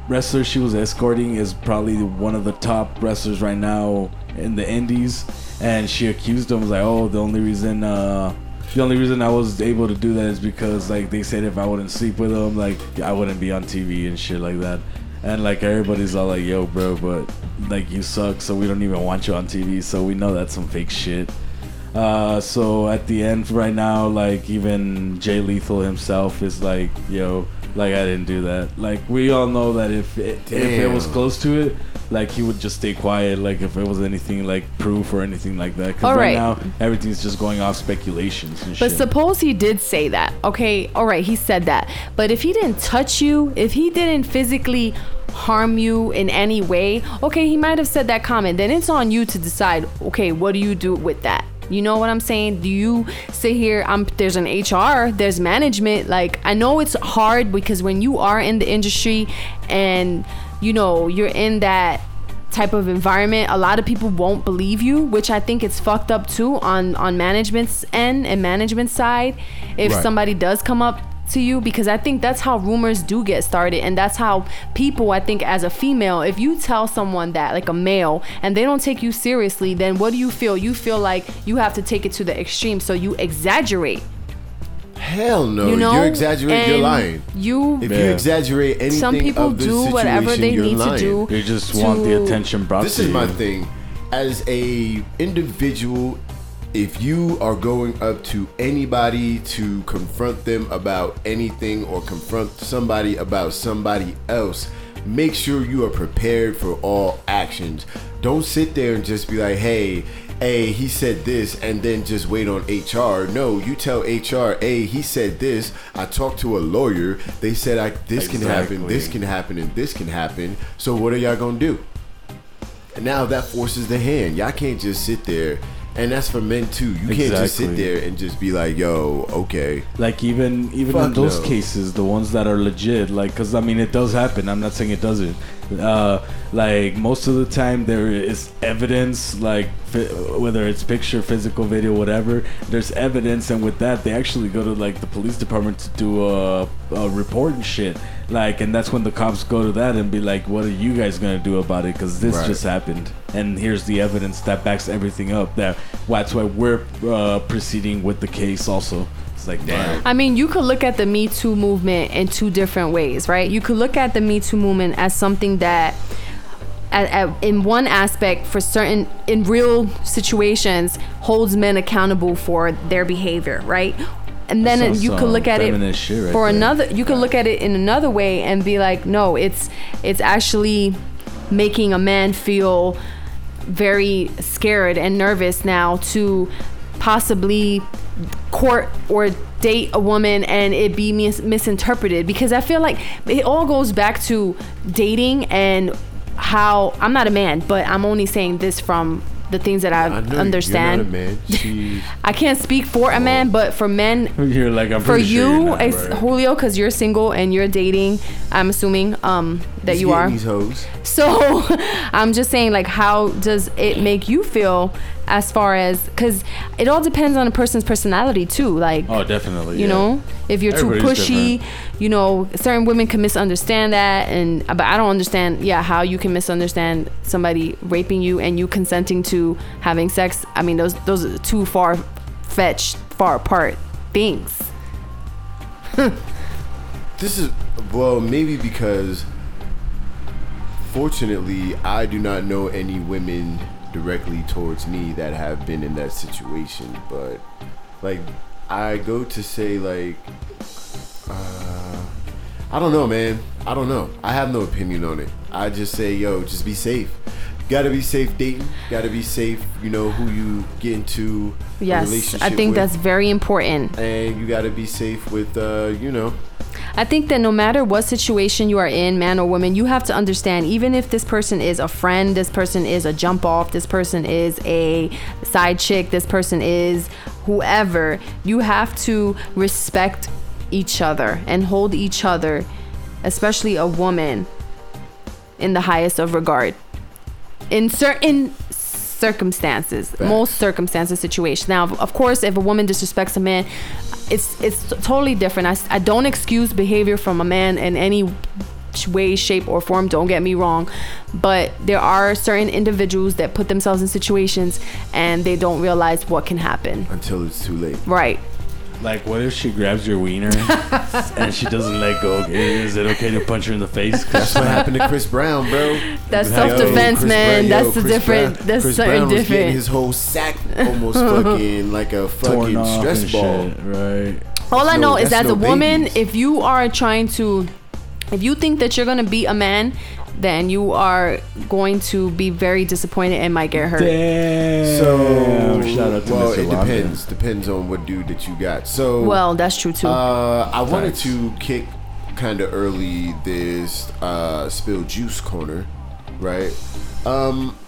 wrestler she was escorting is probably one of the top wrestlers right now in the indies and she accused him was like oh the only reason uh the only reason I was able to do that is because like they said if I wouldn't sleep with him like I wouldn't be on TV and shit like that and like everybody's all like yo bro but like you suck so we don't even want you on TV so we know that's some fake shit uh, so at the end, right now, like even Jay Lethal himself is like, "Yo, like I didn't do that." Like we all know that if it, if it was Damn. close to it, like he would just stay quiet, like if it was anything like proof or anything like that. Because All right. right. now everything's just going off speculations and But shit. suppose he did say that. Okay, all right, he said that. But if he didn't touch you, if he didn't physically harm you in any way, okay, he might have said that comment. Then it's on you to decide, okay, what do you do with that? You know what I'm saying? Do you sit here? I'm there's an HR, there's management. Like I know it's hard because when you are in the industry and you know, you're in that type of environment a lot of people won't believe you which i think it's fucked up too on on management's end and management side if Right. somebody does come up to you because i think that's how rumors do get started and that's how people i think as a female if you tell someone that like a male and they don't take you seriously then what do you feel you feel like you have to take it to the extreme so you exaggerate Hell no. you know are exaggerating. Oh, You're And lying. you If you Yeah. exaggerate anything some people of this do situation, whatever they you're need lying. to do they just want the to- attention brought This to is my you. thing. As a individual, if you are going up to anybody to confront them about anything or confront somebody about somebody else, make sure you are prepared for all actions. Don't sit there and just be like, "Hey, hey, he said this," and then just wait on HR. No, you tell HR, "Hey, he said this. I talked to a lawyer. They said I this can happen, this Exactly. can happen, and this can happen. So what are y'all gonna do?" And now that forces the hand. Y'all can't just sit there. And that's for men too. You can't just sit Exactly. there and just be like, yo, okay. like even even in Fuck those no. cases the ones that are legit like because i mean it does happen i'm not saying it doesn't uh like most of the time there is evidence like fi- whether it's picture physical video whatever there's evidence and with that they actually go to like the police department to do a, a report and shit like and that's when the cops go to that and be like what are you guys gonna do about it because this Right. just happened and here's the evidence that backs everything up that that's why we're uh, proceeding with the case also it's like damn I mean, you could look at the Me Too movement in two different ways, right? You could look at the Me Too movement as something that, at, at, in one aspect, for certain, in real situations, holds men accountable for their behavior, right? And then sounds you could some look at it feminist shit right for there. another. You could look at it in another way and be like, no, it's it's actually making a man feel very scared and nervous now to possibly court or date a woman and it be mis- misinterpreted because I feel like it all goes back to dating and how I'm not a man, but I'm only saying this from the things that I, I know understand. You're not a man. Oh. She, I can't speak for a man, but for men, You're like I'm for pretty sure you're you, not, it's right? Julio, because you're single and you're dating. I'm assuming um, that He's you getting are. These hoes. So I'm just saying, like, how does it make you feel as far as, because it all depends on a person's personality too. Like, oh, definitely. you yeah. know, if you're too Everybody's pushy, you know, certain women can misunderstand that. And, but I don't understand, yeah, how you can misunderstand somebody raping you and you consenting to having sex. I mean, those, those are two far fetched, far apart things. This is, well, maybe because fortunately, I do not know any women directly towards me that have been in that situation. But, like, I go to say, like, uh, I don't know, man. I don't know. I have no opinion on it. I just say, yo, just be safe. Gotta be safe dating. Gotta be safe. You know who you get into. a Yes, I relationship think with. that's very important. And you gotta be safe with, uh, you know, I think that no matter what situation you are in, man or woman, you have to understand even if this person is a friend, this person is a jump off, this person is a side chick, this person is whoever, you have to respect each other and hold each other, especially a woman, in the highest of regard. In certain circumstances, most circumstances, situation. Now, of course, if a woman disrespects a man, it's it's totally different. I, s- I don't excuse behavior from a man in any sh- way, shape, or form. Don't get me wrong, but there are certain individuals that put themselves in situations and they don't realize what can happen. until it's too late. Right. Like, what if she grabs your wiener and she doesn't let go? Is it okay to punch her in the face? That's 'Cause what happened to Chris Brown, bro. That's Yo, self-defense, Chris man. Brown- yo, that's the Chris different. Brown- That's Chris certain Brown was different. getting his whole sack almost fucking like a Torn fucking off stress and ball. shit, right? All I no- know is that's as no a woman, babies. if you are trying to, if you think that you're gonna be a man then you are going to be very disappointed and might get hurt. Damn. So, shout out to well, Mr. it Lobby. depends. Depends on what dude that you got. So, Well, that's true too. Uh, I wanted Facts. to kick kind of early this uh, spilled juice corner, right? Um,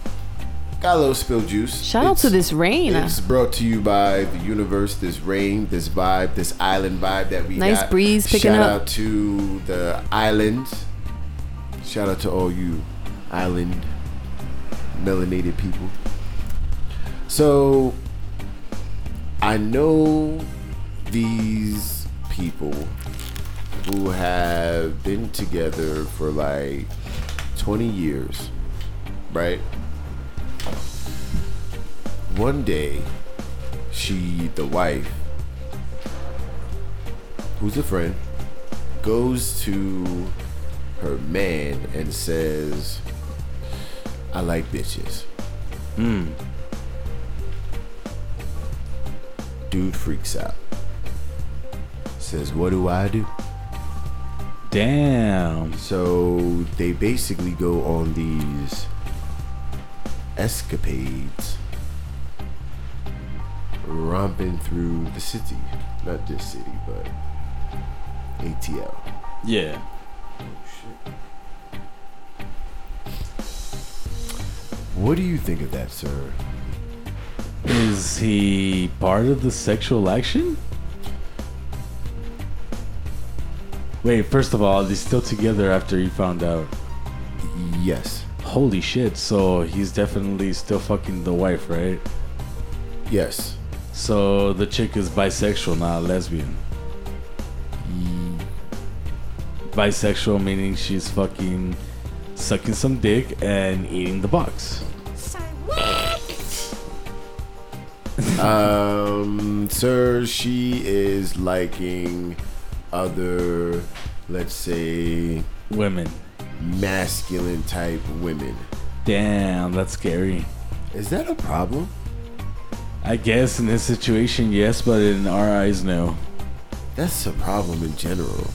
got a little spilled juice. Shout out to It's- this rain. It's brought to you by the universe, this rain, this vibe, this island vibe that we Nice got. breeze picking Shout up. out to the islands. Shout out to all you island melanated people. So I know these people who have been together for like 20 years, right? One day, she, the wife, who's a friend, goes to her man and says, I like bitches. Dude freaks out. Says, What do I do? Damn. So they basically go on these escapades, romping through the city. Not just city, but ATL. Yeah. What do you think of that, sir? Is he part of the sexual action? Wait, first of all, they're still together after you found out. Yes. Holy shit, so he's definitely still fucking the wife, right? Yes. So the chick is bisexual, not a lesbian. Bisexual meaning she's fucking sucking some dick and eating the box. Um, sir, she is liking other, let's say, Women. masculine type women. Damn, that's scary. Is that a problem? I guess in this situation, yes, but in our eyes, no. That's a problem in general.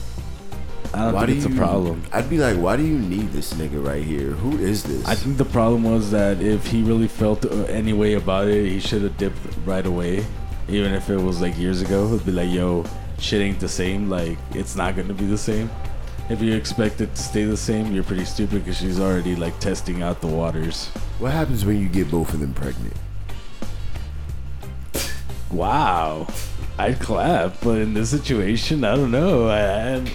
I don't think it's you, a problem. I'd be like, why do you need this nigga right here? Who is this? I think the problem was that if he really felt uh, any way about it, he should have dipped right away. Even if it was like years ago, he'd be like, yo, shit ain't the same. Like, it's not going to be the same. If you expect it to stay the same, you're pretty stupid because she's already like testing out the waters. what happens when you get both of them pregnant? Wow. I'd clap, but in this situation, I don't know. I, I...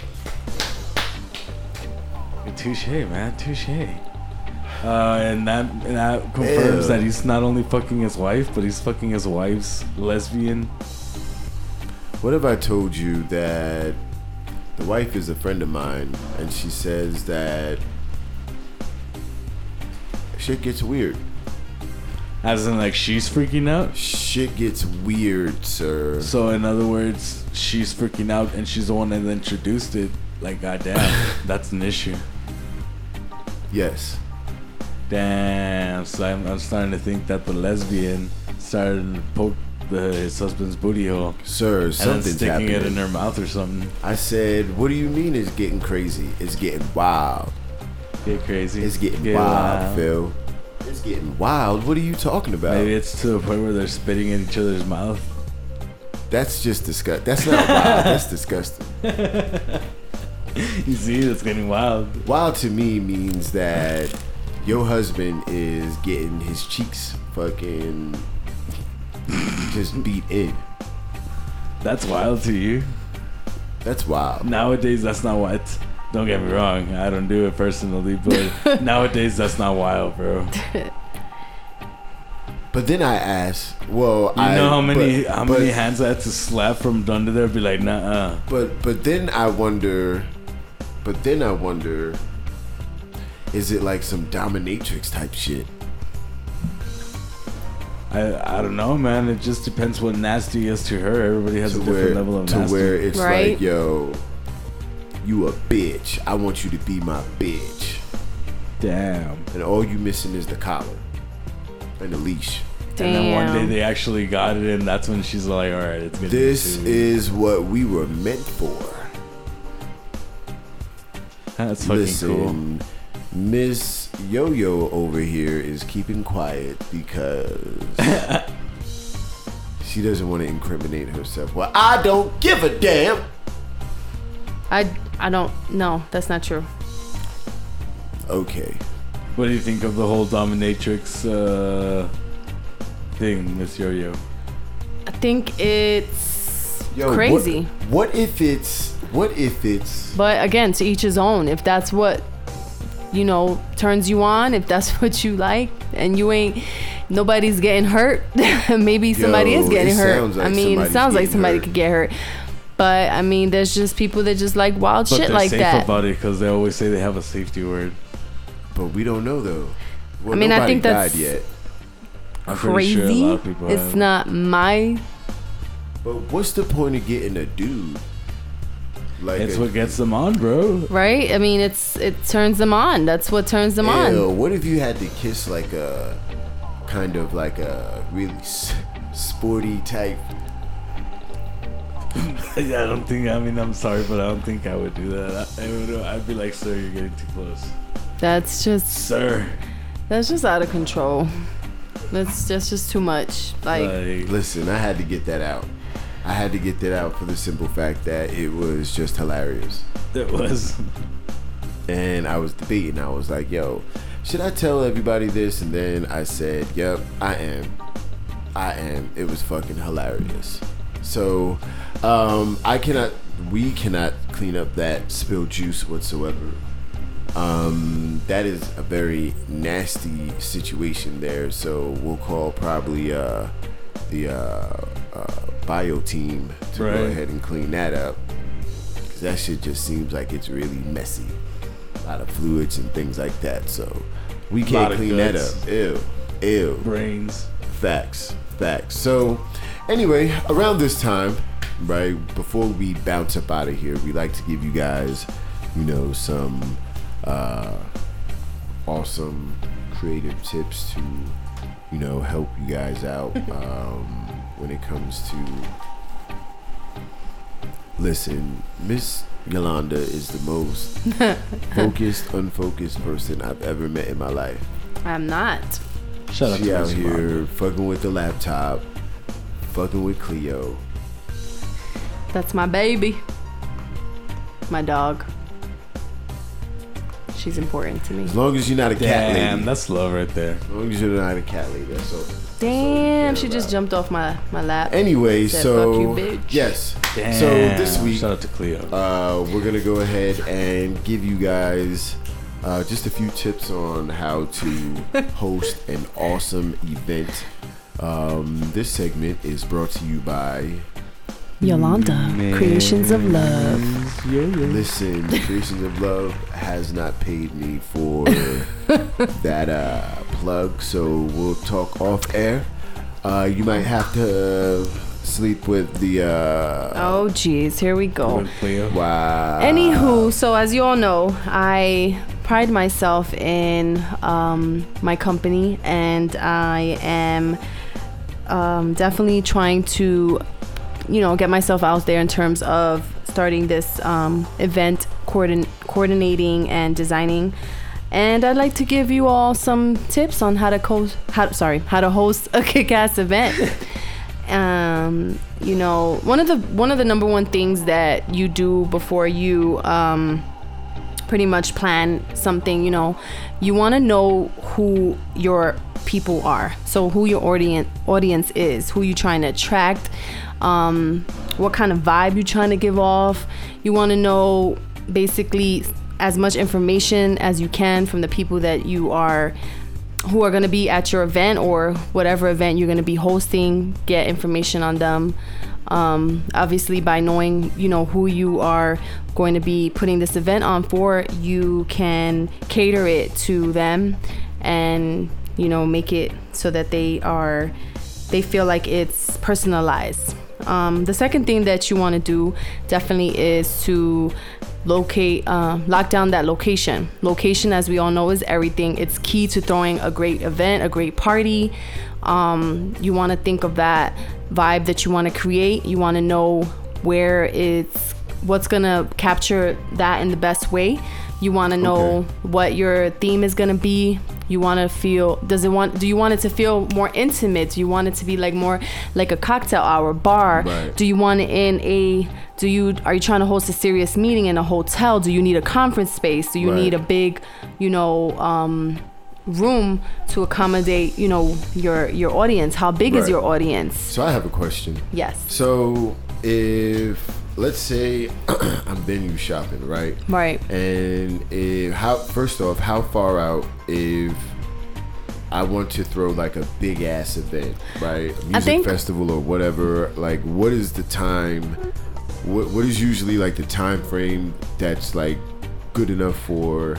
Touche, man. Touche. Uh, and that and that confirms Ew. that he's not only fucking his wife, but he's fucking his wife's lesbian. What if I told you that the wife is a friend of mine and she says that shit gets weird? As in, like she's freaking out. Shit gets weird, sir. So in other words, she's freaking out, and she's the one that introduced it. Like, goddamn, that's an issue. Yes. Damn, so I'm, I'm starting to think that the lesbian started to poke the, his husband's booty hole. Sir, and then something's sticking it in happening. her mouth or something. I said, what do you mean it's getting crazy? It's getting wild. Get crazy. It's getting Get wild, wild. Phil. It's getting wild. What are you talking about? Maybe it's to the point where they're spitting in each other's mouth. That's just disgust. That's not wild. That's disgusting. You see, it's getting wild. Wild to me means that your husband is getting his cheeks fucking just beat in. That's wild to you. That's wild. Nowadays, that's not what. Don't get me wrong. I don't do it personally, but nowadays, that's not wild, bro. You But then I asked, well, I know how many but, how but, many hands I had to slap from under there? Be like, nah, uh. But but then I wonder, but then I wonder, is it like some dominatrix type shit? I I don't know, man. It just depends what nasty is to her. Everybody has to a different where, level of to nasty. where it's like, Right? yo, you a bitch. I want you to be my bitch, Damn. and all you missing is the collar and the leash. Damn. And then one day they actually got it, and that's when she's like, "All right, it's good." This is what we were meant for. that's fucking cool. Listen, Miss Yo Yo over here is keeping quiet because she doesn't want to incriminate herself. Well, I don't give a damn. I I don't no, that's not true. Okay. What do you think of the whole dominatrix uh, thing, Miss Yo Yo? I think it's Yo, what- crazy. What, if it's what if it's But again, to each his own. If that's what you know turns you on, if that's what you like, and you ain't nobody's getting hurt, maybe somebody Yo, is getting it hurt. sounds like I mean, somebody's it sounds like getting somebody hurt. could get hurt. But I mean, there's just people that just like wild But shit they're like safe that. about it because they always say they have a safety word. but we don't know though. Well, I mean, I nobody think that's- died yet. I'm pretty Crazy. sure a lot of people it's have. not my. But what's the point of getting a dude? Like It's a- what gets them on, bro. Right? I mean, it's it turns them on. That's what turns them Ew, on. What if you had to kiss like a kind of like a really s- sporty type? I don't think. I mean, I'm sorry, but I don't think I would do that. I, I would. I'd be like, sir, you're getting too close, That's just sir. that's just out of control. That's that's just too much. Like Like, Listen, I had to get that out. I had to get that out for the simple fact that it was just hilarious. it was. And I was debating. I was like, "Yo, should I tell everybody this?" And then I said, "Yep, I am. I am." It was fucking hilarious. So, um, I cannot. We cannot clean up that spilled juice whatsoever. Um, that is a very nasty situation there. So we'll call probably uh, the uh, uh, bio team to go Right. ahead and clean that up. 'Cause that shit just seems like it's really messy. A lot of fluids and things like that. So we can't Lot of clean that guts. up. Ew. Ew. Brains. Facts, facts. So, anyway, around this time, right before we bounce up out of here, we like to give you guys, you know, some uh, awesome creative tips to, you know, help you guys out um, when it comes to. Listen, Miss Yolanda is the most focused, unfocused person I've ever met in my life I'm not. Shut up. she out here fucking with the laptop, fucking with Cleo. That's my baby. My dog. She's important to me. As long as you're not a cat Damn, lady. that's love right there. as long as you're not a cat lady, that's all. Damn, So, she yeah, just right. jumped off my, my lap. Anyway, Said, so "Fuck you, bitch." yes. Damn. So this week, shout out to Cleo. uh, we're gonna go ahead and give you guys uh, just a few tips on how to host an awesome event. Um, this segment is brought to you by Yolanda, Creations of Love. Listen, Creations of Love has not paid me for that uh, plug, so we'll talk off air. Uh, you might have to sleep with the. Uh, Oh, jeez, here we go. With Cleo. Wow. Anywho, so as you all know, I pride myself in um, my company and I am um, definitely trying to, you know, get myself out there in terms of starting this um, event coordin- coordinating and designing. And I'd like to give you all some tips on how to co- how sorry how to host a kick-ass event. um, you know, one of the one of the number one things that you do before you um, pretty much plan something, you know, you want to know who your people are. So who your audience audience is, who you trying to attract, um, what kind of vibe you trying to give off. You want to know basically as much information as you can from the people that you are who are going to be at your event or whatever event you're going to be hosting get information on them um, obviously by knowing you know who you are going to be putting this event on for you can cater it to them and you know make it so that they are they feel like it's personalized um, the second thing that you want to do definitely is to locate uh, lock down that location location as we all know is everything it's key to throwing a great event a great party um, you want to think of that vibe that you want to create you want to know where it's what's gonna capture that in the best way You want to know Okay. what your theme is gonna be. You want to feel. Does it want? Do you want it to feel more intimate? Do you want it to be like more like a cocktail hour bar? Right. Do you want it in a? Do you are you trying to host a serious meeting in a hotel? Do you need a conference space? Do you Right. need a big, you know, um, room to accommodate you know your your audience? How big is Right. your audience? So I have a question. Yes. So if let's say I'm venue shopping, right? Right. And if how first off, how far out if I want to throw like a big ass event, right? A music think- festival or whatever. Like, what is the time? What what is usually like the time frame that's like good enough for?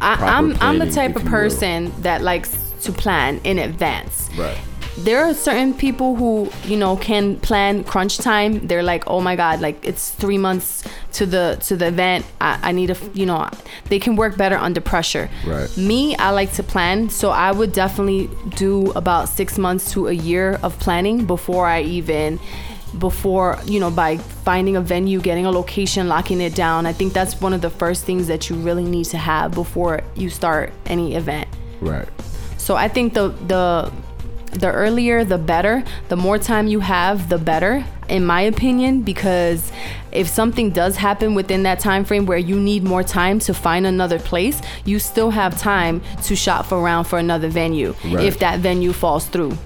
proper I, I'm I'm the planning, type if of you will. person that likes to plan in advance. Right. There are certain people who you know can plan crunch time. They're like, oh my god, like it's three months to the to the event. I, I need a you know they can work better under pressure. Right. Me, I like to plan, so I would definitely do about six months to a year of planning before I even before you know by finding a venue getting a location locking it down i think that's one of the first things that you really need to have before you start any event Right. so I think the the the earlier the better. The more time you have, the better, in my opinion, because if something does happen within that time frame where you need more time to find another place, you still have time to shop around for another venue Right. if that venue falls through.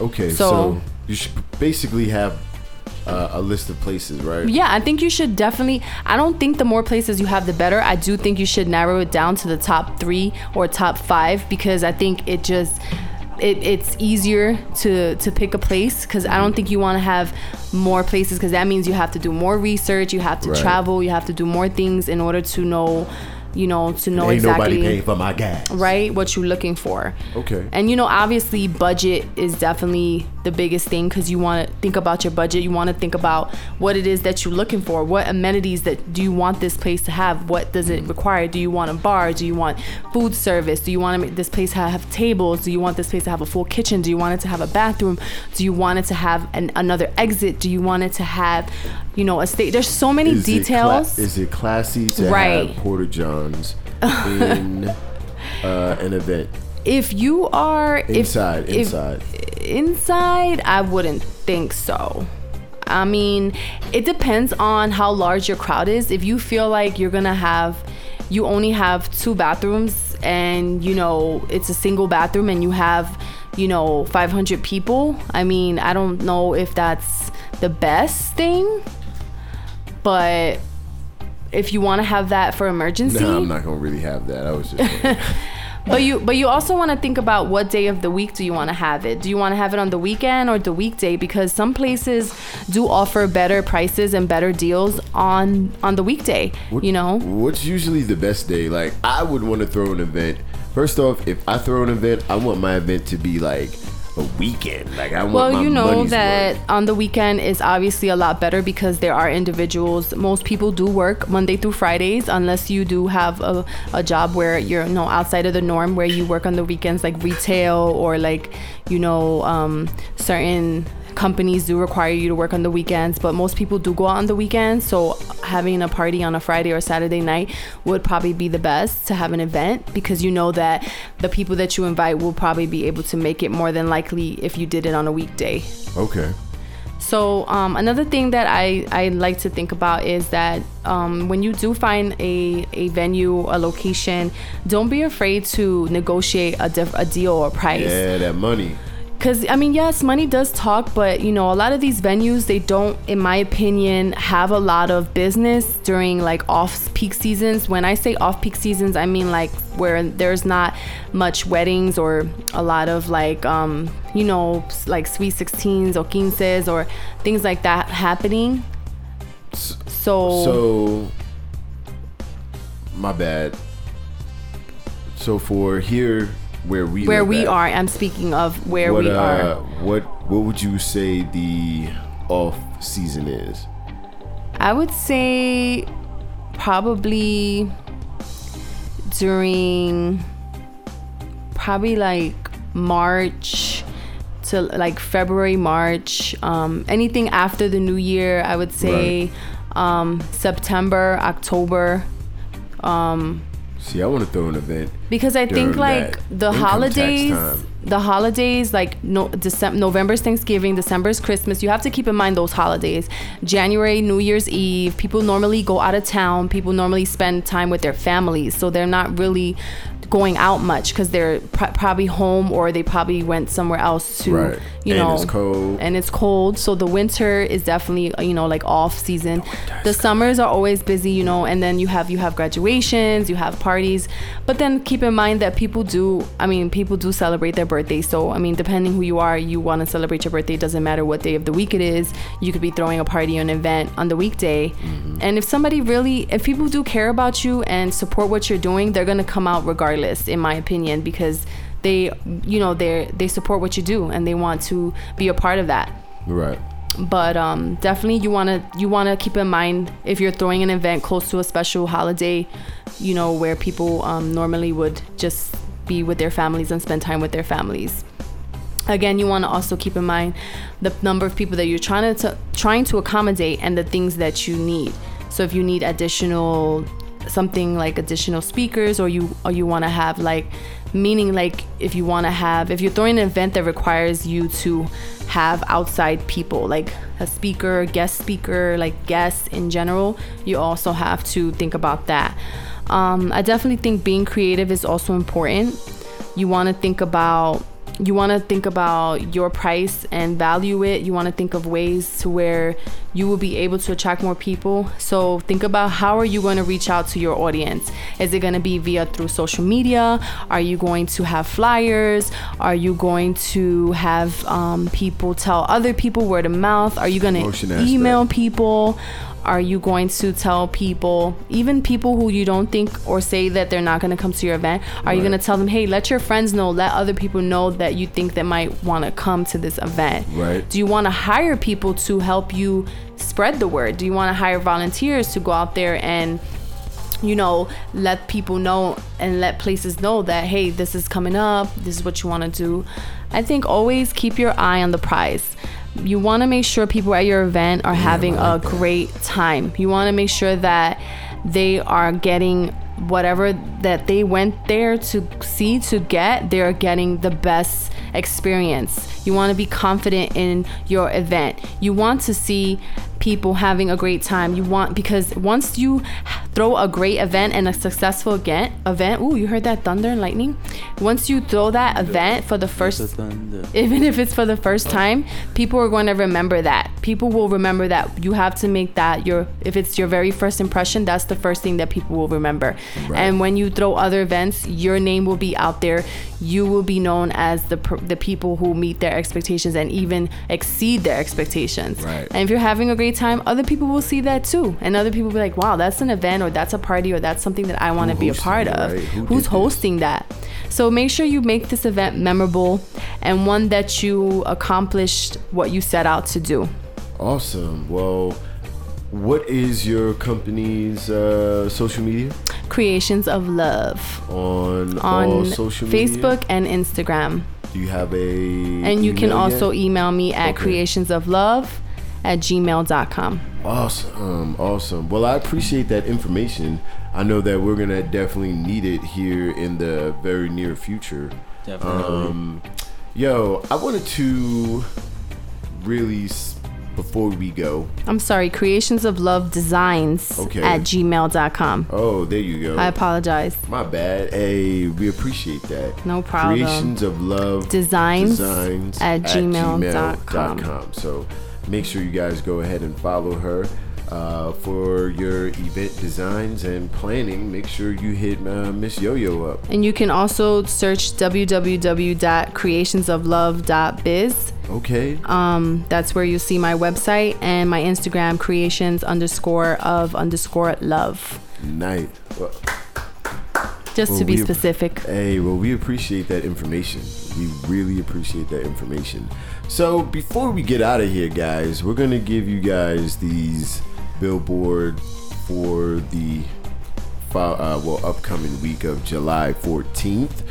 Okay. So, So- you should basically have uh, a list of places, right? Yeah, I think you should definitely. I don't think the more places you have, the better. I do think you should narrow it down to the top three or top five because I think it just. It, it's easier to to pick a place because I don't think you want to have more places because that means you have to do more research, you have to Right. travel, you have to do more things in order to know, you know, to know Ain't nobody exactly paying for my gas. right what you're looking for. Okay. And you know, obviously, budget is definitely the biggest thing because you want to think about your budget. You want to think about what it is that you're looking for. What amenities that do you want this place to have? What does Mm-hmm. it require? Do you want a bar? Do you want food service? Do you want to make this place ha- have tables? Do you want this place to have a full kitchen? Do you want it to have a bathroom? Do you want it to have an, another exit? Do you want it to have, you know, a state? There's so many Is it cla- details. is it classy to Right. have Porter Johns in uh, an event if you are if- inside? if- inside. inside i wouldn't think so i mean it depends on how large your crowd is if you feel like you're gonna have you only have two bathrooms and you know it's a single bathroom and you have you know 500 people i mean i don't know if that's the best thing but if you want to have that for emergency no, I'm not gonna really have that. I was just but you but you also want to think about what day of the week do you want to have it? Do you want to have it on the weekend or the weekday? Because some places do offer better prices and better deals on on the weekday. What- you know, What's usually the best day? Like, I would want to throw an event. First off, if I throw an event, I want my event to be like a weekend. Like, I want Well, my you know money's that worth. on the weekend is obviously a lot better because there are individuals. Most people do work Monday through Fridays, unless you do have a, a job where you're you know outside of the norm, where you work on the weekends, like retail or like you know um, certain companies do require you to work on the weekends. But most people do go out on the weekends, so having a party on a Friday or Saturday night would probably be the best to have an event because you know that the people that you invite will probably be able to make it more than likely if you did it on a weekday. Okay. So um, another thing that I, I like to think about is that um, when you do find a, a venue, a location, don't be afraid to negotiate a, diff- a deal or price. Yeah, that money. Because, I mean, yes, money does talk, but, you know, a lot of these venues, they don't, in my opinion, have a lot of business during like off peak seasons. When I say off peak seasons, I mean like where there's not much weddings or a lot of like, um, you know, s- like sweet 16s or quinces or things like that happening. So, So, my bad. So for here, where we where live we at, are, I'm speaking of where what, we are. uh, What what would you say the off season is? I would say probably during probably like March to like February, March. Um, anything after the new year, I would say um, September, October. Um, See, I want to throw an event. because I think during like that the income tax holidays, time. the holidays like no December, November's Thanksgiving, December's Christmas. You have to keep in mind those holidays. January, New Year's Eve. People normally go out of town. People normally spend time with their families, so they're not really going out much because they're pr- probably home or they probably went somewhere else to Right. you And know it's cold. and it's cold so the winter is definitely uh, you know like off season the summers are always busy you know and then you have you have graduations you have parties but then keep in mind that people do i mean people do celebrate their birthday so i mean depending who you are you want to celebrate your birthday it doesn't matter what day of the week it is you could be throwing a party or an event on the weekday and if somebody really if people do care about you and support what you're doing they're going to come out regardless in my opinion because they you know they they support what you do and they want to be a part of that Right. but um definitely you want to you want to keep in mind if you're throwing an event close to a special holiday you know where people um, normally would just be with their families and spend time with their families again you want to also keep in mind the number of people that you're trying to trying to accommodate and the things that you need so if you need additional something like additional speakers or you or you want to have like meaning like if you want to have if you're throwing an event that requires you to have outside people like a speaker guest speaker like guests in general you also have to think about that um, i definitely think being creative is also important you want to think about you want to think about your price and value it you want to think of ways to where you will be able to attract more people so think about how are you going to reach out to your audience is it going to be via through social media are you going to have flyers are you going to have um, people tell other people word of mouth are you going Motion to aspect. email people are you going to tell people even people who you don't think or say that they're not going to come to your event are you Right. going to tell them hey let your friends know let other people know that you think that might want to come to this event Right. do you want to hire people to help you spread the word do you want to hire volunteers to go out there and you know, let people know and let places know that, hey, this is coming up, this is what you want to do. I think always keep your eye on the prize. You want to make sure people at your event are having I a great time. You want to make sure that they are getting whatever that they went there to see to get, they're getting the best experience. You want to be confident in your event. You want to see people having a great time. You want because once you throw a great event and a successful event, event. Ooh, you heard that thunder and lightning. Once you throw that event for the first even if it's for the first time, people are going to remember that. People will remember that. You have to make that your, if it's your very first impression, that's the first thing that people will remember. And when you throw other events, your name will be out there. You will be known as the, per- the people who meet their expectations and even exceed their expectations. Right. And if you're having a great time, other people will see that too. And other people will be like, wow, that's an event or that's a party or that's something that I want to be a hosted part it, of. right? Who did Who's this? hosting? hosting that. So make sure you make this event memorable and one that you accomplished what you set out to do. Awesome. Well, what is your company's uh, social media Creations of Love on, all on Oh, social Facebook media? and Instagram. Do you have a And you can email yet? also e- email me at Okay. creationsoflove at gmail.com. Awesome, awesome. Well, I appreciate that information. I know that we're gonna definitely need it here in the very near future. Definitely. Um, yo, I wanted to really s- before we go. I'm sorry, creations of love designs Okay. at gmail.com. Oh, there you go. I apologize. My bad. Hey, we appreciate that. No problem. Creations of Love Designs at gmail.com. gmail.com. So make sure you guys go ahead and follow her uh, for your event designs and planning. Make sure you hit uh, Miss Yo Yo up. And you can also search www.creationsoflove.biz. Okay. Um, that's where you'll see my website and my Instagram creations underscore of underscore love. Night. Well, Just Well, to be we- specific. Hey, well, we appreciate that information. We really appreciate that information. So, before we get out of here, guys, we're going to give you guys these billboard for the fo- uh, well upcoming week of July 14th,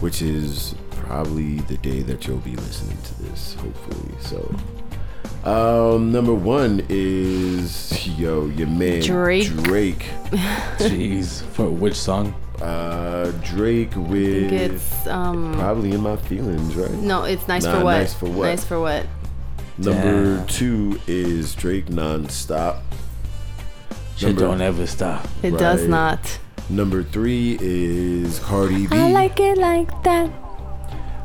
which is probably the day that you'll be listening to this, hopefully. So, Um, number one is yo, your man Drake. Drake. Jeez, for which song? Uh, Drake I with think it's um probably in my feelings, right? No, it's nice Nah, for what? Nice for What. Nice for what? Number Damn. two is Drake nonstop. Shit Number- don't ever stop. It does Right. not. Number three is Cardi B. I like it like that.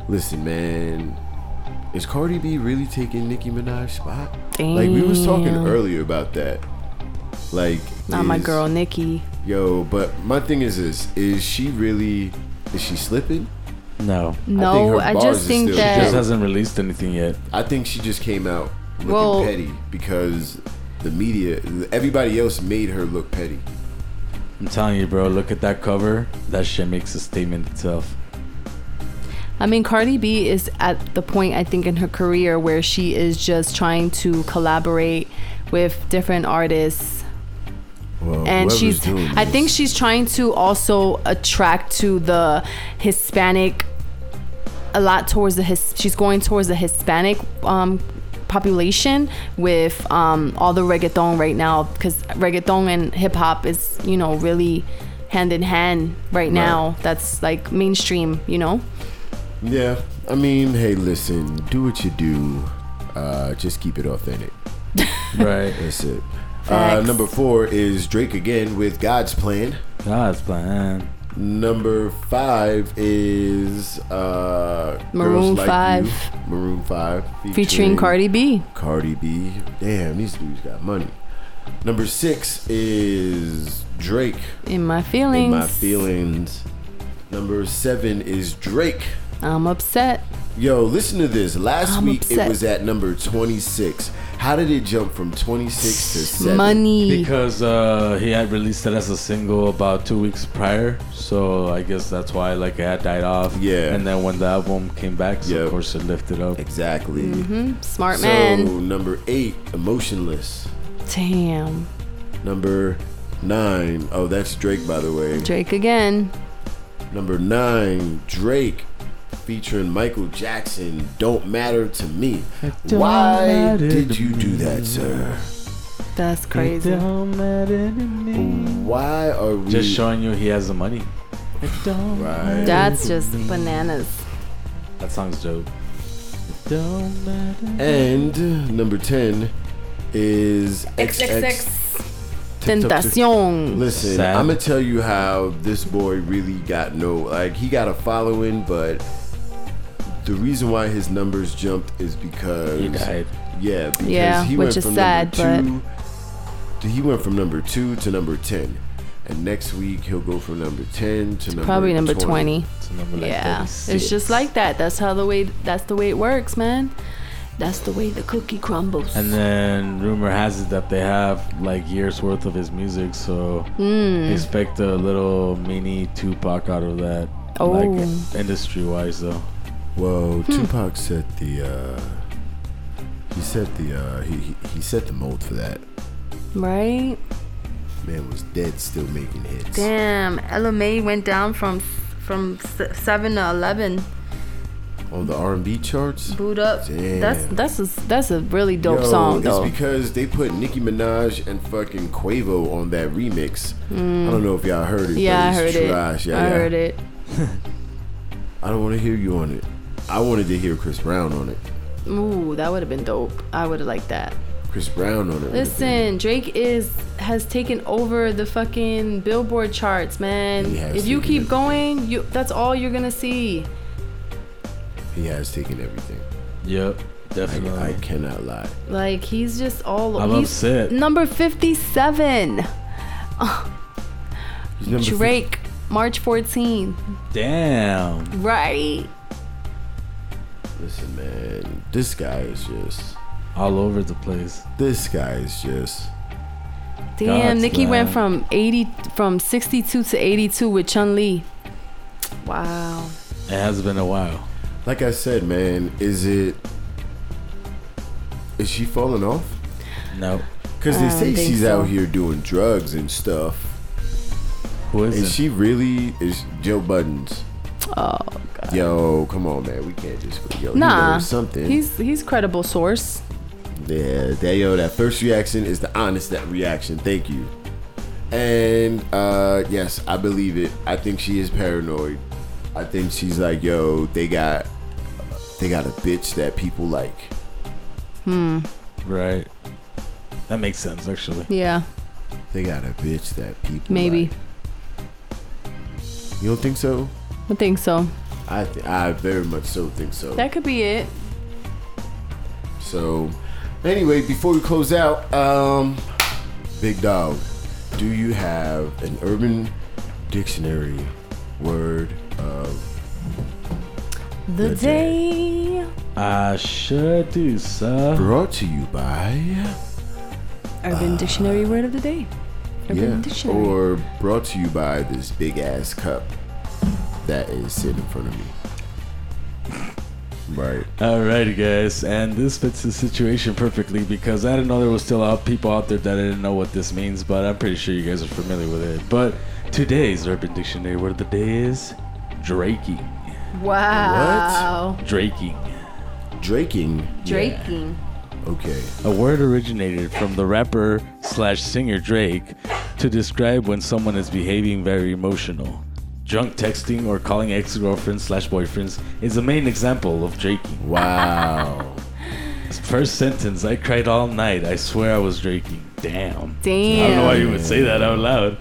Listen, man, is Cardi B really taking Nicki Minaj's spot? Like we was talking Damn. earlier about that. Like Not Mm. my is- girl, Nikki. Yo, but my thing is this: is she really? Is she slipping? No. think No, her I, bars just is think still- She just that. hasn't released anything yet. I think she just came out looking Well- petty because the media, everybody else made her look petty. I'm telling you, bro. Look at that cover. That shit makes a statement itself. I mean, Cardi B is at the point I think in her career where she is just trying to collaborate with different artists Well, and whoever's she's doing i this- think she's trying to also attract to the hispanic a lot towards the his she's going towards the hispanic um population with um all the reggaeton right now because reggaeton and hip-hop is you know really hand in hand right now that's like mainstream you know Yeah, I mean, hey, listen, do what you do. Uh, just keep it authentic. Right. That's it. Uh, Facts. number four is Drake again with God's Plan. Ah, it's plan. Number five is uh, Maroon Girls Like five. You, Maroon Five featuring cardi b Cardi B. Damn, these dudes got money. Number six is Drake. in my feelings In my feelings. Number seven is Drake. i'm upset Yo, listen to this. Last I'm week upset. it was at number 26. How did it jump from 26 to 7? money Because uh, he had released it as a single about two weeks prior, so I guess that's why like it had died off. Yeah. And then when the album came back, so Yep. of course it lifted up. Exactly. Mm-hmm. smart So, man number 8, Emotionless. damn Number 9, oh, that's Drake, by the way. drake again Number 9, Drake featuring Michael Jackson, Don't Matter to Me. don't Why matter did to you do that, sir? That's crazy. Why are we. Just showing you he has the money. Right. That's just bananas. That song's dope. And number 10 is XXX. Tentacion. Listen, Sad. I'm gonna tell you how this boy really got no like he got a following, but the reason why his numbers jumped is because He died. Yeah, because Yeah, he which went is from sad, but- number two. He went from number two to number ten, and next week he'll go from number ten to number Probably number 20. It's number like Yeah. 36. It's just like that. That's how the way that's the way it works, man. That's the way the cookie crumbles. And then rumor has it that they have like years worth of his music, so Hmm. expect a little mini Tupac out of that. Oh. Like industry wise though. Well, Hmm. Tupac set the uh, he set the uh, he he- he set the mold for that. right? Man was dead, still making hits. Damn, LMA went down from from s- 7 to 11. On the R&B charts, Boot up. Damn. That's that's a, that's a really dope Yo, song it's though. because they put Nicki Minaj and fucking Quavo on that remix. I don't know if y'all heard it. yeah, I but heard it's it. trash. Yeah, I yeah. heard it. I don't want to hear you on it. I wanted to hear Chris Brown on it. Ooh, that would have been dope. I would have liked that. Chris Brown on it. would've been- Listen, Drake is has taken over the fucking Billboard charts, man. He has If you taken keep it. going, you that's all you're gonna see. he has taken everything. Yep, I, definitely. I cannot lie. Like he's just all. I'm he's upset. Number fifty-seven, He's number fif- Drake, March 14. Damn. Right. Listen, man, this guy is just. All over the place. This guy is just. Damn, God's Nicki went man. from 80 from 62 to 82 with Chun Li. Wow. It has been a while. Like I said, man, is it? Is she falling off? No. Because I they don't say think she's so. out here doing drugs and stuff. Who is it? Is she really? Is Joe Buttons? Oh. Yo, come on, man. We can't just go. Yo, he Nah. knows something. He's he's credible source. Yeah, that yo, that first reaction is the honest that reaction. Thank you. And uh yes, I believe it. I think she is paranoid. I think she's like, yo, they got they got a bitch that people like. Right. That makes sense, actually. Yeah, They got a bitch that people maybe. like. You don't think so? I think so. I th- I very much so think so. That could be it. So, anyway, before we close out, um, Big Dog, do you have an Urban Dictionary word uh, of The That's it. day. I sure do, sir. brought to you by? Urban Dictionary word of the day. Urban yeah, Dictionary. or brought to you by this big ass cup that is sitting in front of me. Right. Alrighty, guys, and this fits the situation perfectly because I didn't know there was still out people out there that didn't know what this means, but I'm pretty sure you guys are familiar with it. But today's Urban Dictionary word of the day is draking. wow. Draking. Draking. Draking. Okay. A word originated from the rapper slash singer Drake to describe when someone is behaving very emotional. Drunk texting or calling ex girlfriends slash boyfriends is a main example of draking. Wow. First sentence I cried all night. I swear I was draking. Damn. I don't know why Damn. you would say that out loud.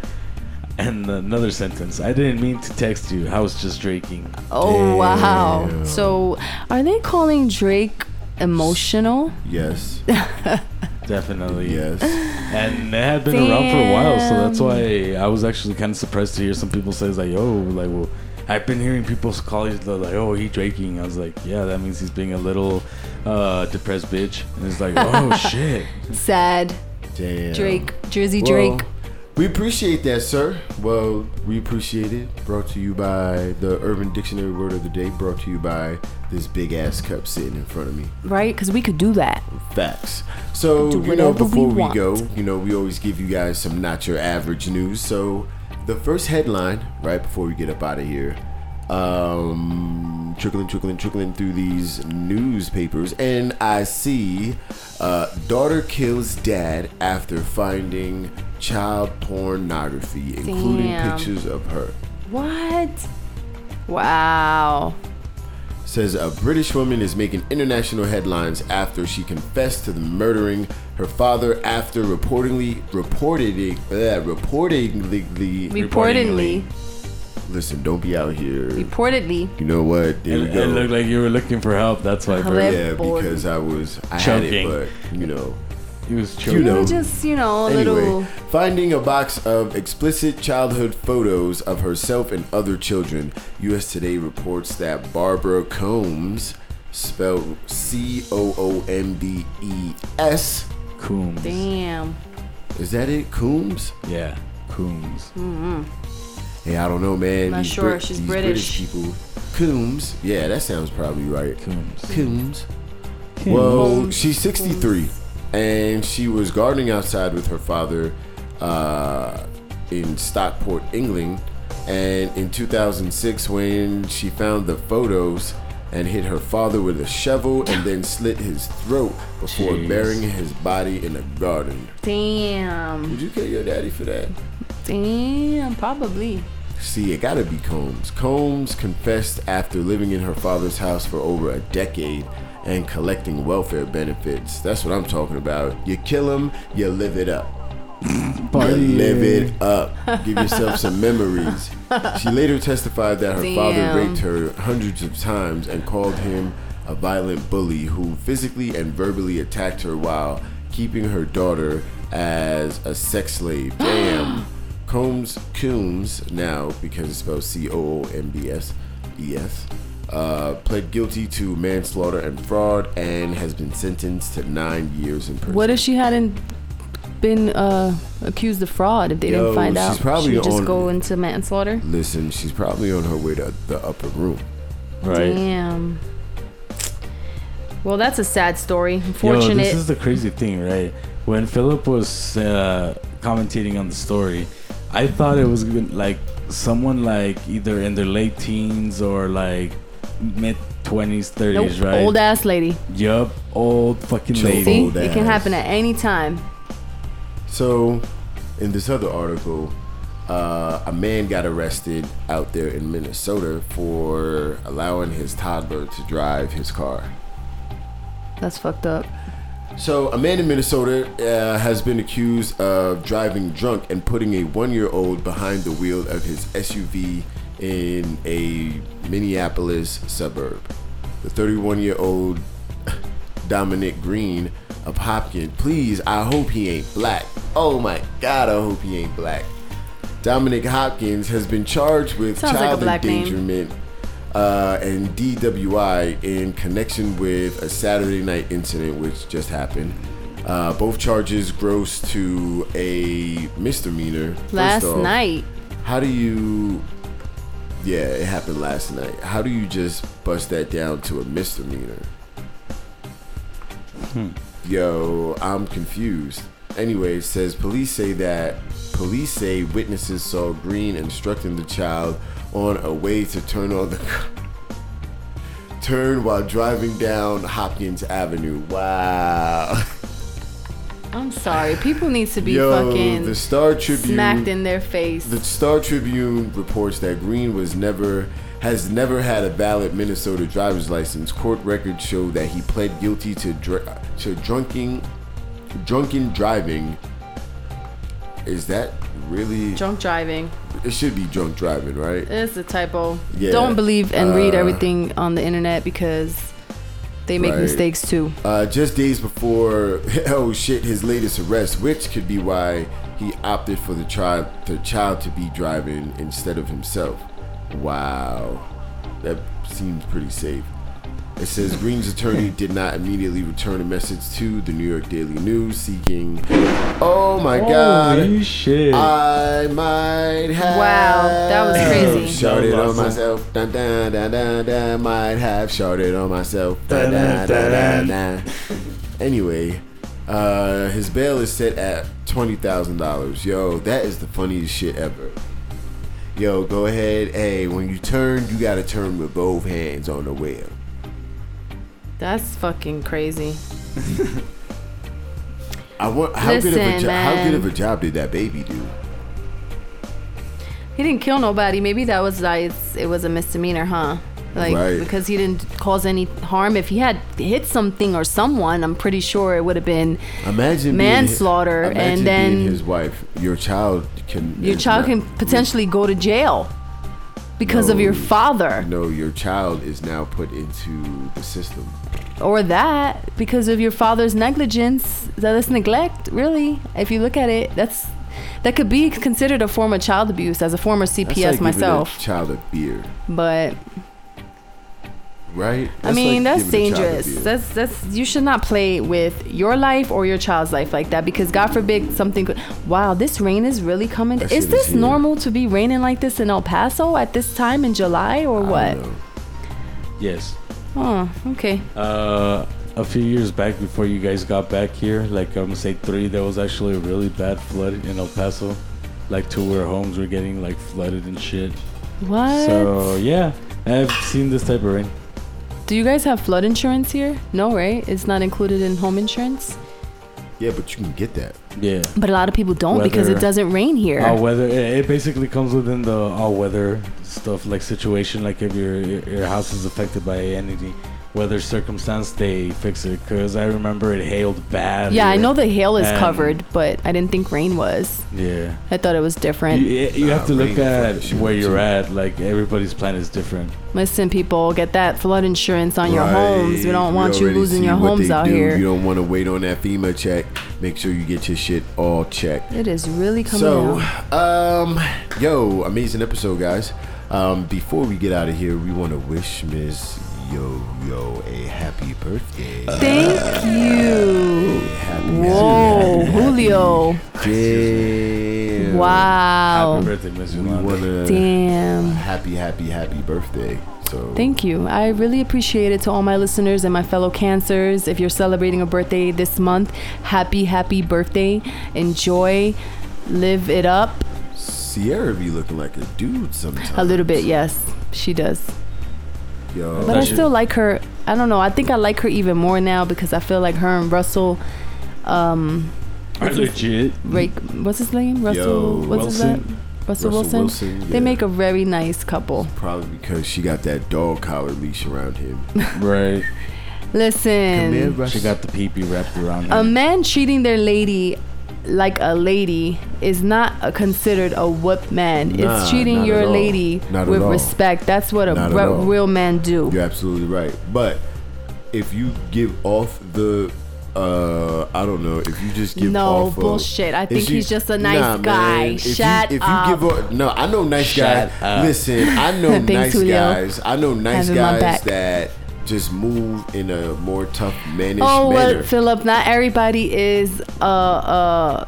And another sentence I didn't mean to text you. I was just draking. Oh wow. Damn. So, are they calling Drake emotional? yes. Definitely. Yes. And it had been around for a while, so that's Damn. why I was actually kind of surprised to hear some people say, like, oh, like, well, I've been hearing people call it the- like, oh, he draking. I was like, yeah, that means he's being a little uh, depressed bitch. And it's like, oh, shit. Sad. Damn. Drake. Jersey Well, Drake. We appreciate that, sir. Well, we appreciate it. Brought to you by the Urban Dictionary Word of the Day. Brought to you by this big ass cup sitting in front of me. Right? Because we could do that. Facts. So Do you know, whatever we before we, want. go, you know, we always give you guys some not your average news. So the first headline, right before we get up out of here, um, trickling, trickling, trickling through these newspapers, and I see uh, daughter kills dad after finding child pornography, including Damn. pictures of her. What? Wow. says a British woman is making international headlines after she confessed to the murdering her father after reportedly reportedly uh, reportedly Reportedly. listen don't be out here Reportedly. you know what there It, we it looked go like you were looking for help. That's why bro. Hello? yeah because I was I had it Choking. but you know he was You choking. know. We're just, you know, a Anyway, little. finding a box of explicit childhood photos of herself and other children, U.S. Today reports that Barbara Combs, spelled C O O M B E S, Coombs. Damn. is that it? Combs? Yeah, Coombs. Hey, I don't know, man. Not These sure, Brit- she's these British. people. Combs? Yeah, that sounds probably right. Coombs. Combs. Well, Combs. she's 63, and she was gardening outside with her father uh, in Stockport, England. And in 2006, when she found the photos and hit her father with a shovel and then slit his throat before Jeez. burying his body in a garden. Damn. Would you kill your daddy for that? Damn. Probably. See, it gotta be Combs. Combs confessed after living in her father's house for over a decade and collecting welfare benefits. That's what I'm talking about. You kill him, you live it up. You live it up. Give yourself some memories. She later testified that her Damn. father raped her hundreds of times and called him a violent bully who physically and verbally attacked her while keeping her daughter as a sex slave. Damn. Combs Coombs now because it's spelled C O O M B S E S. Uh, pled guilty to manslaughter and fraud and has been sentenced to nine years in prison. What if she hadn't been uh, accused of fraud if they Yo, didn't find she's out? probably She'd just on- go into manslaughter? Listen, she's probably on her way to the upper room. Right. Damn. Well, that's a sad story. Yo, Unfortunate. this is the crazy thing, right? When Philip was uh, commentating on the story, I thought it was gonna- like someone like either in their late teens or like mid 20s, 30s, Nope. right? Old ass lady. Yup, old fucking Chill. lady. See, Old it ass. can happen at any time. So, in this other article, uh, a man got arrested out there in Minnesota for allowing his toddler to drive his car. That's fucked up. So, a man in Minnesota uh, has been accused of driving drunk and putting a one year old behind the wheel of his SUV in a Minneapolis suburb. The 31 year old Dominic Green of Hopkins, please, I hope he ain't black. Oh my God, I hope he ain't black. Dominic Hopkins has been charged with Sounds like a child black name. endangerment uh, and DWI in connection with a Saturday night incident which just happened. Uh, both charges gross to a misdemeanor. First Last off, night. How do you? Yeah, it happened last night. How do you just bust that down to a misdemeanor? Yo, I'm confused. Anyway, it says police say that police say witnesses saw Green instructing the child on a way to turn on the turn while driving down Hopkins Avenue. Wow. I'm sorry. People need to be Yo, fucking the Star Tribune smacked in their face. The Star Tribune reports that Green was never has never had a valid Minnesota driver's license. Court records show that he pled guilty to dr- to drunken drunken driving. Is that really? Drunk driving. It should be drunk driving, right? It's a typo. Yeah. Don't believe and read Uh, everything on the internet because they make Right. mistakes too. Uh, just days before, oh shit, his latest arrest, which could be why he opted for the child, the child to be driving instead of himself. Wow, that seems pretty safe. It says Green's attorney did not immediately return a message to the New York Daily News seeking. Oh my Holy God! shit. Uh, I might have. that was crazy. Shouted That was on awesome. myself. Dun, dun, dun, dun, dun. Might have shouted on myself. Dun, dun, dun, dun, dun. Anyway, uh, his bail is set at $20,000. Yo, that is the funniest shit ever. Yo, go ahead. Hey, when you turn, you gotta turn with both hands on the wheel. That's fucking crazy. I want how good of a Listen, job how good man. of a job did that baby do? He didn't kill nobody. Maybe that was like it's- it was a misdemeanor, huh? Like Right. because he didn't cause any harm. If he had hit something or someone, I'm pretty sure it would have been Imagine being- Manslaughter, and imagine then- being his wife. Your child can your is child not- can potentially go to jail because of No. your father No, your child is now put into the system. or that because of your father's negligence. That is neglect, really. If you look at it, that's that could be considered a form of child abuse as a former That's CPS like myself. Giving a child a beer, But right? I like mean, that's giving a child a dangerous. beer. That's that's you should not play with your life or your child's life like that because God forbid something. could- Wow, this rain is really coming. That shit Is is this here. normal to be raining like this in El Paso at this time in July or I what? don't know. yes. Oh, okay. Uh, a few years back, before you guys got back here, like I'm gonna say three, there was actually a really bad flood in El Paso. Like two of our homes were getting like flooded and shit. What? So yeah, I've seen this type of rain. Do you guys have flood insurance here? No, right? It's not included in home insurance. Yeah, but you can get that. Yeah. But a lot of people don't because it Weather. doesn't rain here. All weather. It, it basically comes within the all weather stuff, like situation. Like if your your house is affected by any weather circumstance, they fix it. Cause I remember it hailed bad. yeah, I here. know the hail is And- covered, but I didn't think rain was. Yeah. I thought it was different. You, you Nah, have to look rain at affects you where you're too. at. Like everybody's plan is different. Listen, people, get that flood insurance on your homes. We Right. don't want you already losing see your what homes they out do. here. You don't want to wait on that FEMA check. Make sure you get your shit all checked. It is really coming So, out. um, yo, amazing episode, guys. Um, before we get out of here, we want to wish Miss Yo Yo a happy birthday. Thank you. happy, Whoa, happy, happy, happy. Julio. Damn. Happy Wow. birthday, Miss We Yolanda. want to Damn. happy, happy, happy birthday. So Thank you. I really appreciate it to all my listeners and my fellow cancers. If you're celebrating a birthday this month, happy, happy birthday. Enjoy. Live it up. Sierra be looking like a dude sometimes. A little bit, yes. She does. Yo, But I That shit- still like her. I don't know. I think I like her even more now because I feel like her and Russell, um, Are legit. Rake, what's his name? Russell, Yo, what's his Wilson. name? Russell, Wilson. They yeah. make a very nice couple. probably because she got that dog collar leash around him. Right. Come here, Listen, Russ. She got the peepee wrapped around her. a man treating their lady like a lady is not a, considered a whoop man. Nah, it's treating not your at all. lady Not at with all. respect. That's what a Not at re- all. real man do. You're absolutely right. But if you give off the, uh, I don't know, if you just give No, off a- bullshit. I if think he's just a nice Nah, guy. man. If you- Shut if you give off, no, I know nice Shut guys. up. Listen, I know Thanks, nice Julio. guys. I know nice Having my guys back. that just move in a more tough mannish Oh manner. well, Philip. Not everybody is uh uh.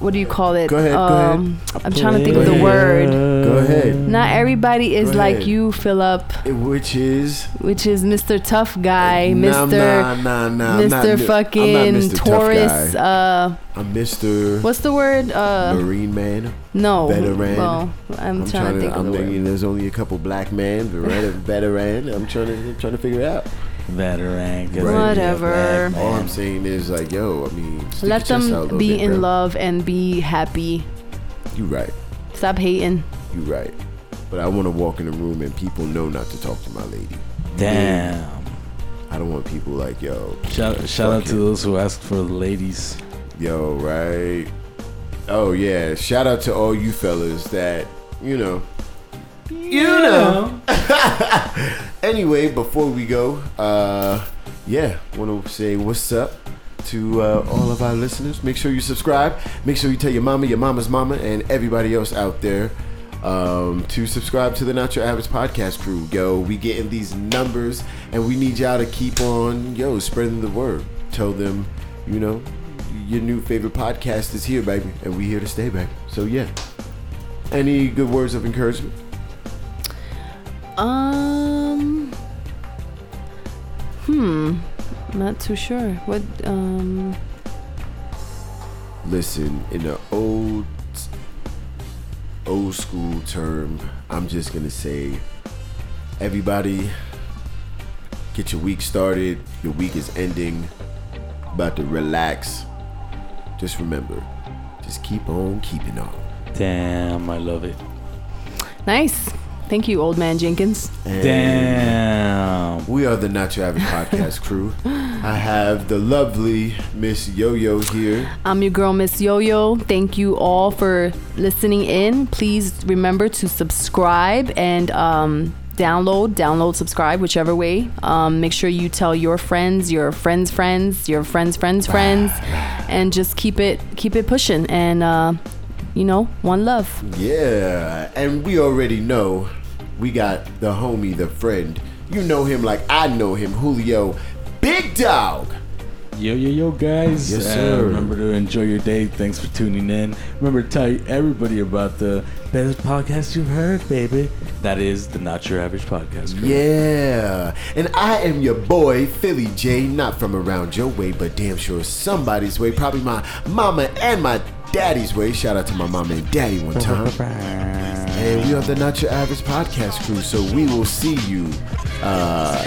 What do you call it? Go ahead, go ahead. Um, I'm trying to think Go of the ahead. word. Go ahead. Not everybody is Go like ahead. you, Philip, Which is which is Mr. Tough Guy, Nah, Mr. Nah, nah, nah, I'm not- Mr. I'm Fucking not Mr. tough Taurus. guy. Uh, I'm Mr. what's the word? Uh, Marine man. no. veteran. Well, I'm, trying to think of I'm the word. thinking there's only a couple black men, veteran, veteran. I'm trying to I'm trying to figure it out. Veteran. 'cause Right. he's Whatever. a black All man. I'm saying is like, yo, I mean, stick Let your chest out a them little be bit, in bro. love and be happy. You right, Stop hating. you right. But I want to walk in a room and people know not to talk to my lady. Damn. I don't want people like, yo, Shout, shout out Fuck to it. those who asked for the ladies. yo, right. Oh yeah, shout out to all you fellas that you know. You know. anyway, before we go, uh, yeah, want to say what's up to uh, all of our listeners. Make sure you subscribe. Make sure you tell your mama, your mama's mama, and everybody else out there um, to subscribe to the Not Your Average Podcast Crew. Yo, we getting these numbers, and we need y'all to keep on yo spreading the word. Tell them, you know, your new favorite podcast is here, baby, and we here to stay, baby. So yeah. Any good words of encouragement? Um. Hmm. Not too sure. What? Um. Listen, in the old old school term, I'm just gonna say everybody get your week started, your week is ending, about to relax. Just remember, just keep on keeping on. Damn, I love it. Nice. Thank you, old man Jenkins. And Damn. We are the Not Your Average Podcast crew. I have the lovely Miss Yo Yo here. I'm your girl, Miss Yo Yo. Thank you all for listening in. Please remember to subscribe and um, download, download, subscribe, whichever way. Um, make sure you tell your friends, your friends' friends, your friends' friends' friends, and just keep it keep it pushing. And uh, you know, one love. Yeah, and we already know we got the homie, the friend. You know him like I know him, Julio Big Dog. Yo, yo, yo, guys. Uh, Yes, sir. remember to enjoy your day. Thanks for tuning in. Remember to tell everybody about the best podcast you've heard, baby. That is the Not Your Average Podcast. Crew. Yeah, and I am your boy, Philly J, not from around your way, but damn sure somebody's way. Probably my mama and my daddy's way. Shout out to my mama and daddy one time. and we are the Not Your Average Podcast crew, so we will see you uh,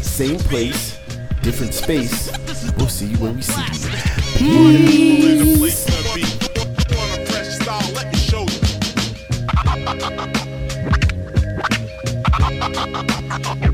same place, different space. We'll see you when we see you. the place to be. Wanna fresh style, let me show you.